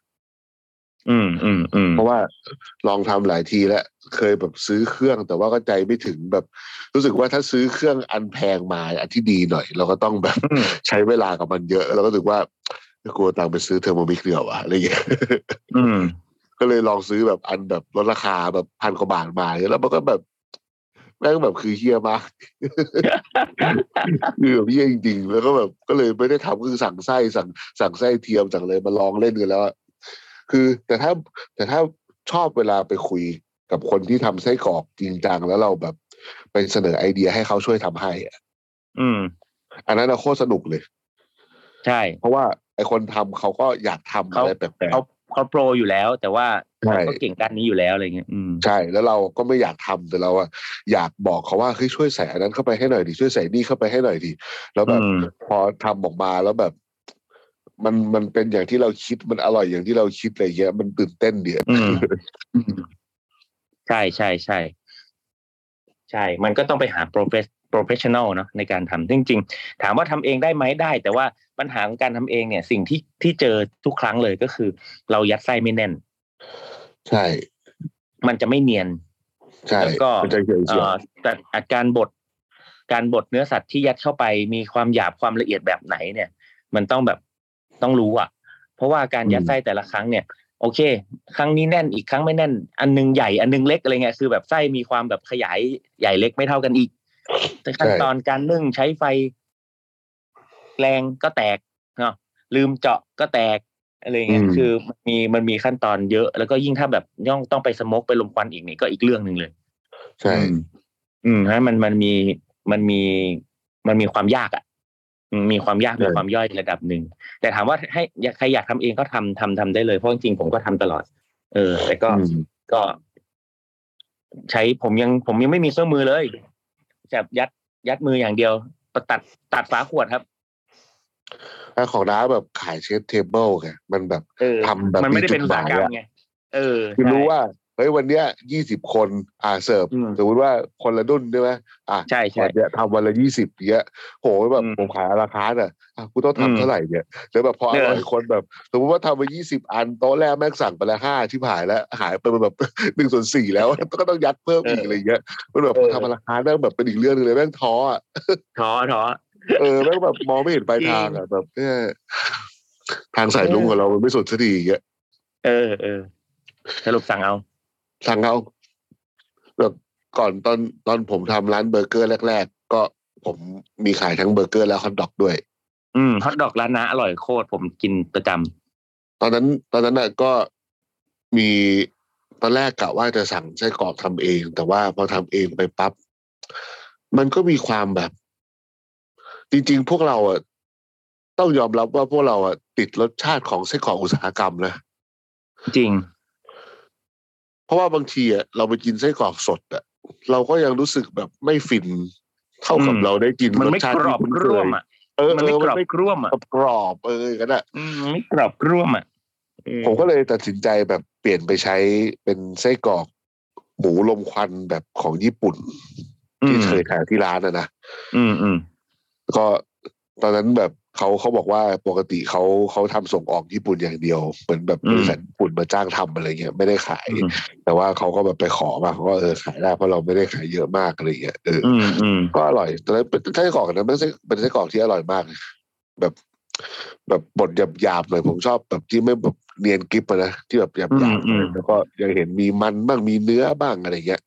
[SPEAKER 5] อืมอืมอืม
[SPEAKER 4] เพราะว่าลองทำหลายทีแล้วเคยแบบซื้อเครื่อง แต่ว่าก็ใจไม่ถึงแบบ รู้สึกว่าถ้าซื้อเครื่องอันแพงมาอันที่ดีหน่อย เราก็ต้องแบบ
[SPEAKER 5] อืม
[SPEAKER 4] ใช้เวลากับมันเยอะ แล้วก็รู้สึกว่ากลัวตังค์ไปซื้อเทอร์โมมิกเดียวอะอะไรอย่างเงี้ย
[SPEAKER 5] อืม
[SPEAKER 4] ก็เลยลองซื้อแบบอันแบบลดราคาแบบพันกว่าบาทมาเนี่ยแล้วมันก็แบบแม่งแบบคือเฮียมาก [laughs] คือแบบเฮียจริงๆแล้วก็แบบก็เลยไม่ได้ทำก็คือสั่งไส้สั่งสั่งไส้เทียมสั่งเลยมาลองเล่นกันแล้วอะคือแต่ถ้าแต่ถ้าชอบเวลาไปคุยกับคนที่ทำไส้กรอกจริงจังแล้วเราแบบไปเสนอไอเดียให้เขาช่วยทำให้อะ
[SPEAKER 5] อืม
[SPEAKER 4] อันนั้นอะโคตรสนุกเลย
[SPEAKER 5] ใช่
[SPEAKER 4] เพราะว่าไอคนทำเขาก็อยากทำ
[SPEAKER 5] เขา
[SPEAKER 4] อะไรแปลก
[SPEAKER 5] เขาเขาโปรอยู่แล้ว แต่ว่า
[SPEAKER 4] ใช่
[SPEAKER 5] เขาเก่งด้านนี้อยู่แล้วอะไรเงี้ยอืม
[SPEAKER 4] ใช่แล้วเราก็ไม่อยากทำแต่เราอะอยากบอกเขาว่าเฮ้ยช่วยใส่อันนั้นเข้าไปให้หน่อยดิช่วยใส่นี่เข้าไปให้หน่อยดิแล้วแบบ
[SPEAKER 5] อืม
[SPEAKER 4] พอทำออกมาแล้วแบบ มันมันเป็นอย่างที่เราคิดมันอร่อยอย่างที่เราคิดอะไรเงี้ยมันตื่นเต้นเดีย
[SPEAKER 5] อืม ใช่ใช่ใช่ ใช่ มันก็ต้องไปหา profes- professional เนอะในการทำจริงๆ ถามว่าทำเองได้ไหมได้ แต่ว่าปัญหาของการทำเองเนี่ย สิ่งที่ที่เจอทุกครั้งเลยก็คือ เรายัดไส้ไม่แน่น
[SPEAKER 4] ใช่
[SPEAKER 5] มันจะไม่เนียน
[SPEAKER 4] ใช่
[SPEAKER 5] แล้วก็
[SPEAKER 4] มันจะเหี่ยว
[SPEAKER 5] เอ่
[SPEAKER 4] เฉียว
[SPEAKER 5] อแต่อาการบดการบดเนื้อสัตว์ที่ยัดเข้าไปมีความหยาบความละเอียดแบบไหนเนี่ย มันต้องแบบต้องรู้อ่ะ เพราะว่าการยัดไส้แต่ละครั้งเนี่ย โอเค ครั้งนี้แน่นอีกครั้งไม่แน่น อันหนึงใหญ่อันหนึงเล็กอะไรเงี้ยคือแบบไส้มีความแบบขยายใหญ่เล็กไม่เท่ากันอีก แต่ขั้นตอนการนึ่งใช้ไฟ แรงก็แตกเนาะลืมเจาะก็แตกอะไรเงี้ยคือมันมีมันมีขั้นตอนเยอะ แล้วก็ยิ่งถ้าแบบย่องต้องไปสโมกไปลมควันอีกนี่ก็อีกเรื่องหนึ่งเลย
[SPEAKER 4] ใช่
[SPEAKER 5] อืมอืมฮะมันมันมีมันมีมันมีความยากอ่ะอืมมีความยากมีความย่อยระดับหนึ่งแต่ถามว่าให้อยากใครอยากทำเองก็ทำทำทำได้เลยเพราะจริงๆผมก็ทำตลอด เออ แต่ก็
[SPEAKER 4] อืม
[SPEAKER 5] ก็ ใช้ผมยังผมยังไม่มีเครื่องมือเลยแบบยัดยัดมืออย่างเดียวตัดตัดฝาขวดครับ
[SPEAKER 4] แล้วของร้านแบบขายเชฟเทเบิลไงมันแบบ
[SPEAKER 5] เออ
[SPEAKER 4] ทำแบบ
[SPEAKER 5] มันไม่ได้เป็น
[SPEAKER 4] มี
[SPEAKER 5] อุ
[SPEAKER 4] จุด
[SPEAKER 5] ตสาหกรรม
[SPEAKER 4] หมายอะ
[SPEAKER 5] ไงเออ
[SPEAKER 4] คือ
[SPEAKER 5] ใช่
[SPEAKER 4] รู้ว่าเฮ้ยวันเนี้ยยี่สิบคนอ่าเสิร์ฟ
[SPEAKER 5] อืม
[SPEAKER 4] สมมติว่าคนละดุนใช่ไหมอ่ะ
[SPEAKER 5] ใช่
[SPEAKER 4] ตอ
[SPEAKER 5] ใช่
[SPEAKER 4] นเนี้ยทำวันละยี่สิบเนี้ยโหแบบ
[SPEAKER 5] อืม
[SPEAKER 4] ผมขายราคาน่ะอ่ะกูต้อง
[SPEAKER 5] อืม
[SPEAKER 4] ทำเท่าไหร่เนี่ยแล้วแบบพออ
[SPEAKER 5] เออ
[SPEAKER 4] ร่อยคนแบบ สมมติว่าทำมายี่สิบอันโต๊ะแรกแม่งสั่งไปละห้าที่หายแล้วหายไปแบบ [laughs] หนึ่งส่วนสี่แล้วก็ต้องยัดเพิ่มอีกอะไรเงี้ยมันแบบพอทำราคาแม่งแบบเป็นอีกเรื่องหนึงเลยแม่งท้ออ่ะ
[SPEAKER 5] ท้อท้อ
[SPEAKER 4] เออ [laughs] แม่งแบบมองไม่เห็นปลายทางอ่ะแบบเนี่ยทางสายลุงของเรามันไม่สุดสักทีอย่างเงี้ย
[SPEAKER 5] เออเออสรุปสั่งเอา
[SPEAKER 4] สั่งเอาแบบก่อนตอนตอนผมทำร้านเบอร์เกอร์แรก ๆ ก็ผมมีขายทั้งเบอร์เกอร์และฮอทดอกด้วย
[SPEAKER 5] อืมฮอทดอกร้านน้าอร่อยโคตรผมกินประจำ
[SPEAKER 4] ตอนนั้นตอนนั้นน่ะก็มีตอนแรกกะว่าจะสั่งไส้กรอกทำเอง แต่ว่าพอทำเองไปปั๊บมันก็มีความแบบ จริง ๆ พวกเราอ่ะต้องยอมรับว่าพวกเราอ่ะติดรสชาติของไส้กรอกอุตสาหกรรมนะ
[SPEAKER 5] จริง
[SPEAKER 4] เพราะว่าบางทีอ่ะเราไปกินไส้กรอกสดอ่ะเราก็ยังรู้สึกแบบไม่ฟิน เท่ากับ
[SPEAKER 5] อืม
[SPEAKER 4] เราได้กิน
[SPEAKER 5] มัน
[SPEAKER 4] รส
[SPEAKER 5] ไม่
[SPEAKER 4] ชาติ
[SPEAKER 5] กรอบ
[SPEAKER 4] ที่คุ้นเค
[SPEAKER 5] ร่วย มอ่ะ
[SPEAKER 4] เออ
[SPEAKER 5] มัน
[SPEAKER 4] เอ
[SPEAKER 5] ไม่
[SPEAKER 4] อกมั
[SPEAKER 5] ร
[SPEAKER 4] น
[SPEAKER 5] อบ
[SPEAKER 4] ไม่
[SPEAKER 5] ร่วมอ่ะ
[SPEAKER 4] กรอบเออกันอ่ะ
[SPEAKER 5] อืมไม่กรอบร่วมอ่ะ อืม
[SPEAKER 4] ผมก็เลยตัดสินใจแบบเปลี่ยนไปใช้เป็นไส้กรอก หมูลมควันแบบของญี่ปุ่น ที่เคยขายที่ร้านนะนะ
[SPEAKER 5] อืมอืม
[SPEAKER 4] ก็ตอนนั้นแบบเขาเขาบอกว่าปกติเขาเขาทำส่งออกญี่ปุ่นอย่างเดียว เหมือนแบบบริษัทญี่ปุ่นมาจ้างทำอะไรเงี้ยไม่ได้ขาย
[SPEAKER 5] อืม
[SPEAKER 4] แต่ว่าเขาก็แบบไปขอมาเขาก็เออขายได้เพราะเราไม่ได้ขายเยอะมากอะไรเงี้ยเอออ
[SPEAKER 5] อืมอืม
[SPEAKER 4] ก็อร่อยตอนนั้นเป็นไส้กรอกนะเป็นไส้เป็นไส้กรอกที่อร่อยมากแบบ แบบบดหยาบๆหน่อยผมชอบแบบที่ไม่แบบเนียนกริบอะนะที่แบบหยาบ
[SPEAKER 5] อืมอืม
[SPEAKER 4] ๆแล้วก็ยังเห็นมีมันบ้างมีเนื้อบ้างอะไรเงี้ย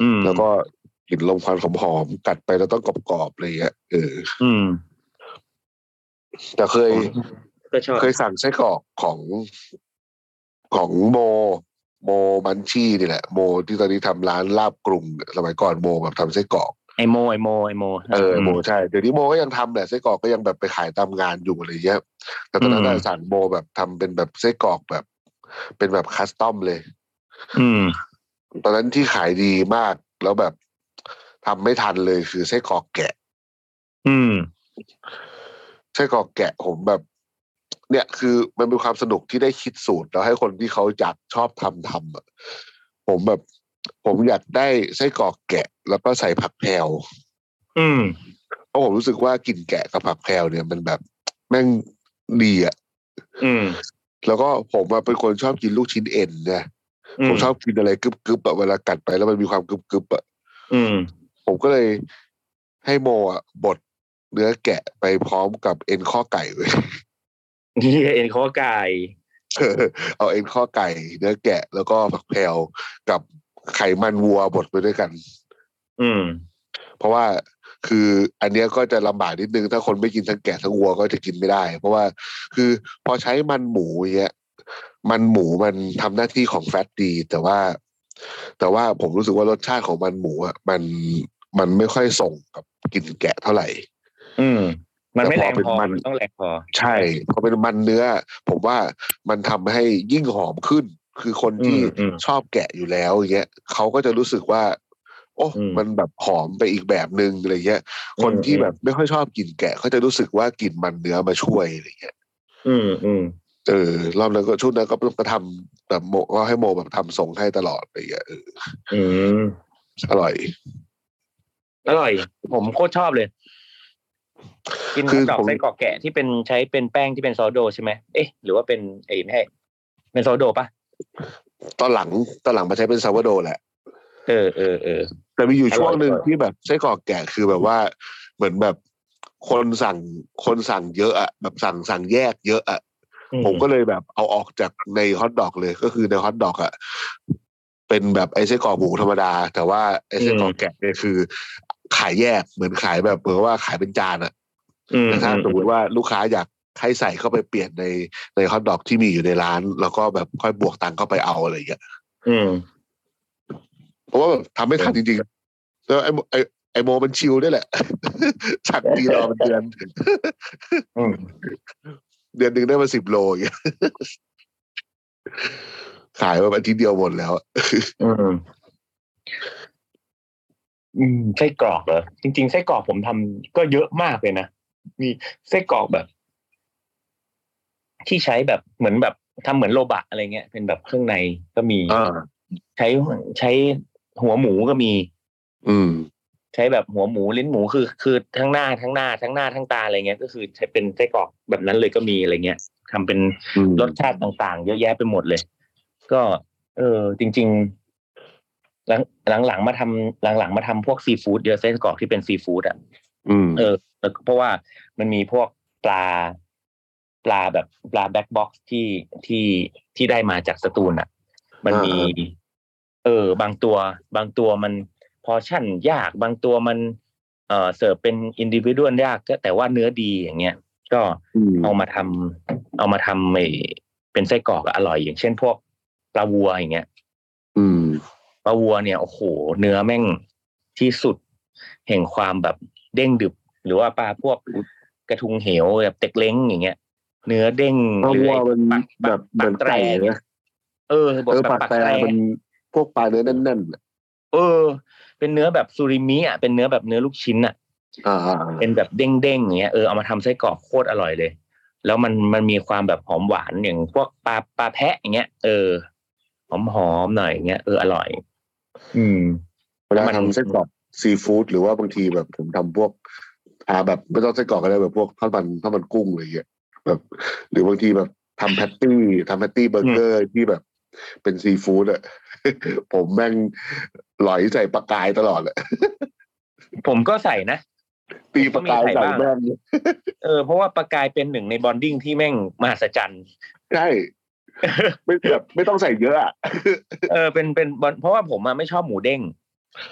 [SPEAKER 5] อืม
[SPEAKER 4] แล้วก็กลิ่นลมควันหอมๆกัดไปแล้วต้องกรอบๆอะไรเงี้ยเออ
[SPEAKER 5] อืม
[SPEAKER 4] แต่เคย
[SPEAKER 5] ก็ชอบ
[SPEAKER 4] เคยสั่งไส้กรอกของของโม โมมันชี่นี่แหละ โมที่ตอนนี้ทำร้านลาบกรุงเนี่ยสมัยก่อนโมแบบทำไส้กรอก
[SPEAKER 5] ไอโมไอโมไอโม
[SPEAKER 4] เออโมใช่เดี๋ยวนี้โมก็ยังทำแหละไส้กรอกก็ยังแบบไปขายตามงานอยู่อะไรเงี้ยแต่ตอนนั้นน่ะสั่งโมแบบทำเป็นแบบไส้กรอกแบบ เป็นแบบคัสตอมเลย
[SPEAKER 5] อืม
[SPEAKER 4] ตอนนั้นที่ขายดีมากแล้วแบบทำไม่ทันเลยคือไส้กรอกแกะ
[SPEAKER 5] อืม
[SPEAKER 4] ไส้กรอกแกะผมแบบ เนี่ยคือมันเป็นความสนุกที่ได้คิดสูตร แล้วให้คนที่เขาอยากชอบทำทำอะผมแบบ ผมอยากได้ไส้กรอกแกะ แล้วก็ใส่ผักแพรว
[SPEAKER 5] อืม
[SPEAKER 4] เพราะผมรู้สึกว่ากลิ่นแกะกับผักแพรวเนี่ยมันแบบแม่งดีอะ
[SPEAKER 5] อืม
[SPEAKER 4] แล้วก็ผมอะเป็นคนชอบกินลูกชิ้นเอ็นนะผมชอบกินอะไรกึบกึบๆอะเวลากัดไปแล้วมันมีความกึบกึบๆอะ
[SPEAKER 5] อืม
[SPEAKER 4] ผมก็เลยให้โมอะบดเนื้อแกะไปพร้อมกับเอ็นข้อไก่ไว้
[SPEAKER 5] นี่เอ็นข้อไก่
[SPEAKER 4] เออ [laughs] เอาเอ็นข้อไก่เนื้อแกะแล้วก็ผักแพลวกับไขมันวัวบดไปด้วยกัน
[SPEAKER 5] อืม
[SPEAKER 4] เพราะว่าคืออันเนี้ยก็จะลำบากนิดนึง ถ้าคนไม่กินทั้งแกะทั้งวัวก็จะกินไม่ได้ เพราะว่าคือพอใช้มันหมูอย่างเงี้ยมันหมูมันทำหน้าที่ของแฟตดี แต่ว่า แต่ว่าผมรู้สึกว่ารสชาติของมันหมูอ่ะมันมันไม่ค่อยส่งกับกลิ่นแกะเท่าไหร่
[SPEAKER 5] อืม มันไม่
[SPEAKER 4] แต่พอ
[SPEAKER 5] แร
[SPEAKER 4] ง เป็น
[SPEAKER 5] พอ
[SPEAKER 4] มัน
[SPEAKER 5] มันต้องแรงพอ
[SPEAKER 4] ใช่พอเป็นมันเนื้อ ผมว่ามันทำให้ยิ่งหอมขึ้น คือคนที่
[SPEAKER 5] อืมอืม
[SPEAKER 4] ชอบแกะอยู่แล้วอย่างเงี้ยเขาก็จะรู้สึกว่า โอ้
[SPEAKER 5] อืม
[SPEAKER 4] มันแบบหอมไปอีกแบบนึงอะไรเงี้ย คน
[SPEAKER 5] อืม
[SPEAKER 4] ที่
[SPEAKER 5] อืม
[SPEAKER 4] แบบไม่ค่อยชอบกลิ่นแกะเขาจะรู้สึกว่ากลิ่นมันเนื้อมาช่วยอะไรเงี้ย
[SPEAKER 5] อืมอืม
[SPEAKER 4] เออรอบนั้นก็ช่วงนั้นก็ก็ทำแบบโมก็ให้โมแบบทำส่งให้ตลอดอะไรเงี้ยเออ
[SPEAKER 5] อืม
[SPEAKER 4] อร่อย
[SPEAKER 5] อร่อย ผมโคตรชอบเลย กิน
[SPEAKER 4] คือ
[SPEAKER 5] ดอก
[SPEAKER 4] ผม
[SPEAKER 5] ไส้กรอกแกะที่เป็นใช้เป็นแป้งที่เป็นซอสโดใช่ไหมเอ๊ะ หรือว่าเป็นเอ้ยไม่ใช่เป็นซอสโดปะ
[SPEAKER 4] ตอนหลังตอนหลังมาใช้เป็นซาวโดแหละ
[SPEAKER 5] เออเออเออ
[SPEAKER 4] แต่มีอยู่ช่วงหนึ่ง
[SPEAKER 5] อร่อย
[SPEAKER 4] ที่แบบไส้กรอกแกะคือแบบว่า เหมือนแบบคนสั่งคนสั่งเยอะอะแบบสั่งสั่งแยกเยอะอะ
[SPEAKER 5] อื
[SPEAKER 4] ผมก็เลยแบบเอาออกจากในฮอตดอกเลยก็คือในฮอตดอกอะเป็นแบบไอ้ไส้กรอกหมูธรรมดา แต่ว่าไอ้ไส้กรอกแกะเนี่ยคือ ขายแยกเหมือนขายแบบเหมือนว่าขายเป็นจานอะ
[SPEAKER 5] อืม
[SPEAKER 4] แต่ถ้าสมมติว่าลูกค้าอยากให้ใส่เข้าไปเปลี่ยนในในฮอตดอกที่มีอยู่ในร้าน แล้วก็แบบค่อยบวกตังค์เข้าไปเอาอะไรอย่างเงี้ย
[SPEAKER 5] อืม
[SPEAKER 4] เพราะว่าแบบทำไม่ทันจริงๆ แล้วไอ้โมไอ้ไอ้โมมันชิลด้วยแหละ [laughs] สั่งทีรอเป็นเดือน
[SPEAKER 5] อืม
[SPEAKER 4] เดือนหนึ่งได้มาสิบโลอย่างเงี้ย ขายมาอาทิตย์เดียวหมดแล้ว
[SPEAKER 5] อืมอืมไส้กรอกเหรอจริง ๆ ไส้กรอกผมทำก็เยอะมากเลยนะ มีไส้กรอกแบบ ที่ใช้แบบเหมือนแบบทำเหมือนโลบะอะไรเงี้ยเป็นแบบเครื่องในก็มีใช้ใช้หัวหมูก็มี
[SPEAKER 4] อืม
[SPEAKER 5] ใช้แบบหัวหมูลิ้นหมูคือ คือทั้งหน้าทั้งหน้าทั้งหน้าทั้งตาอะไรเงี้ยก็คือใช้เป็นไส้กรอกแบบนั้นเลยก็มีอะไรเงี้ยทำเป็น รสชาติต่างๆ เยอะแยะไปหมดเลย ก็ เออ จริง ๆ หลังหลังๆมาทำหลังๆมาทำพวกซีฟู้ดเยอะเส้นกรอกที่เป็นซีฟู้ดอ่ะ
[SPEAKER 4] อืม
[SPEAKER 5] เออแล้วก็เพราะว่ามันมีพวกปลา ปลาแบบปลาแบ็กบ็อกซ์ที่ที่ที่ได้มาจากสตูลอ่ะ มันมี
[SPEAKER 4] อ่า
[SPEAKER 5] เออ บางตัว บางตัวมันพอชั่นยาก บางตัวมัน เออเสิร์ฟเป็นอินดิวิวดยากก็แต่ว่าเนื้อดีอย่างเงี้ยก็ เอามาทำเอามาทำไอ้เป็นไส้กรอกอะอร่อย อย่างเช่นพวกปลาวัวอย่างเงี้ย
[SPEAKER 4] อืม
[SPEAKER 5] ปลาวัวเนี่ยโอ้โหเนื้อแม่งที่สุด แห่งความแบบเด้งดึบ หรือว่าปลาพวกกระทุงเหวแบบเต็กเล้งอย่างเงี้ย เนื้อเด้ง
[SPEAKER 2] ปลาวัวมัน
[SPEAKER 5] ปักปั
[SPEAKER 2] แบบเหมือน
[SPEAKER 5] ปักแตร
[SPEAKER 2] ไก่นะ
[SPEAKER 5] เงี้ยเออ
[SPEAKER 4] เออ
[SPEAKER 5] แบบ
[SPEAKER 4] ปาก
[SPEAKER 5] ปัก
[SPEAKER 4] แตร
[SPEAKER 5] แตร
[SPEAKER 4] มันพวกปลาเนื้อแน่นๆอะ
[SPEAKER 5] เออ เป็นเนื้อแบบซูริมิอ่ะเป็นเนื้อแบบเนื้อลูกชิ้นอ่ะ
[SPEAKER 4] อ่า
[SPEAKER 5] เป็นแบบเด้งๆอย่างเงี้ยเออเอามาทำไส้กรอกโคตรอร่อยเลย แล้วมันมันมีความแบบหอมหวานอย่างพวกปลาปลาแพะอย่างเงี้ยเออหอมหอมๆหน่อยอย่างเงี้ยเอออร่อย อืม
[SPEAKER 4] เวลาทำไส้กรอกซีฟู้ดหรือว่าบางทีแบบผมทำพวกอ่าแบบไม่ต้องไส้กรอกก็ได้แบบพวกทอดมันทอดมันกุ้งอะไรเงี้ยแบบ หรือบางทีแบบทำแพตตี้ทำแพตตี้เบอร์เกอร์ที่แบบเป็นซีฟู้ดอะ [laughs] ผมแม่งหลอยใส่ปลากายตลอด
[SPEAKER 5] [laughs]
[SPEAKER 4] เลย
[SPEAKER 5] ผมก็ใส่นะ
[SPEAKER 4] ตีปลากาย
[SPEAKER 5] ผมก็มีใส่
[SPEAKER 4] ใส่
[SPEAKER 5] บ้าง
[SPEAKER 4] แม่ง
[SPEAKER 5] เออเพราะว่าปลากายเป็นหนึ่งในบอนดิ้งที่แม่งมหัศจรรย์
[SPEAKER 4] ใช่
[SPEAKER 5] [laughs]
[SPEAKER 4] ไม่แบบไม่ต้องใส่เยอะอะ
[SPEAKER 5] เออเป็นเป็นบอลเพราะว่าผมอะไม่ชอบหมูเด้ง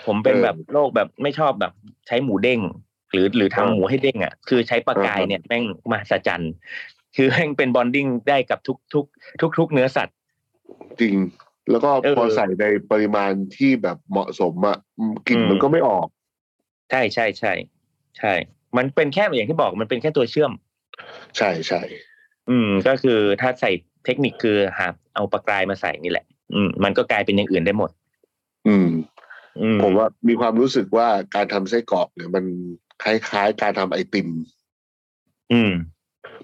[SPEAKER 5] ผมเป็น
[SPEAKER 4] เออ
[SPEAKER 5] แบบโรคแบบไม่ชอบแบบใช้หมูเด้ง หรือหรือทำ
[SPEAKER 4] เออ
[SPEAKER 5] หมูให้เด้งอ่ะคือใช้ปลากาย
[SPEAKER 4] เออ
[SPEAKER 5] เนี่ยแม่งมหัศจรรย์ คือแม่งเป็นบอนดิ้งได้กับทุกทุกทุกทุกเนื้อสัตว์
[SPEAKER 4] จริง แล้วก็
[SPEAKER 5] เออ
[SPEAKER 4] พอใส่ในปริมาณที่แบบเหมาะสมอะกลิ่น
[SPEAKER 5] อืม
[SPEAKER 4] มันก็ไม่ออก
[SPEAKER 5] ใช่ใช่ใช่ใช่ มันเป็นแค่อย่างที่บอกมันเป็นแค่ตัวเชื่อม
[SPEAKER 4] ใช่ใช่
[SPEAKER 5] อืม ก็คือถ้าใส่เทคนิคคือหาเอาปลากายมาใส่นี่แหละ อืมมันก็กลายเป็นอย่างอื่นได้หมด
[SPEAKER 4] อืม
[SPEAKER 5] อืม
[SPEAKER 4] ผมว่ามีความรู้สึกว่าการทำไส้กรอกเนี่ยมันคล้ายๆ การทำไอติม
[SPEAKER 5] อืม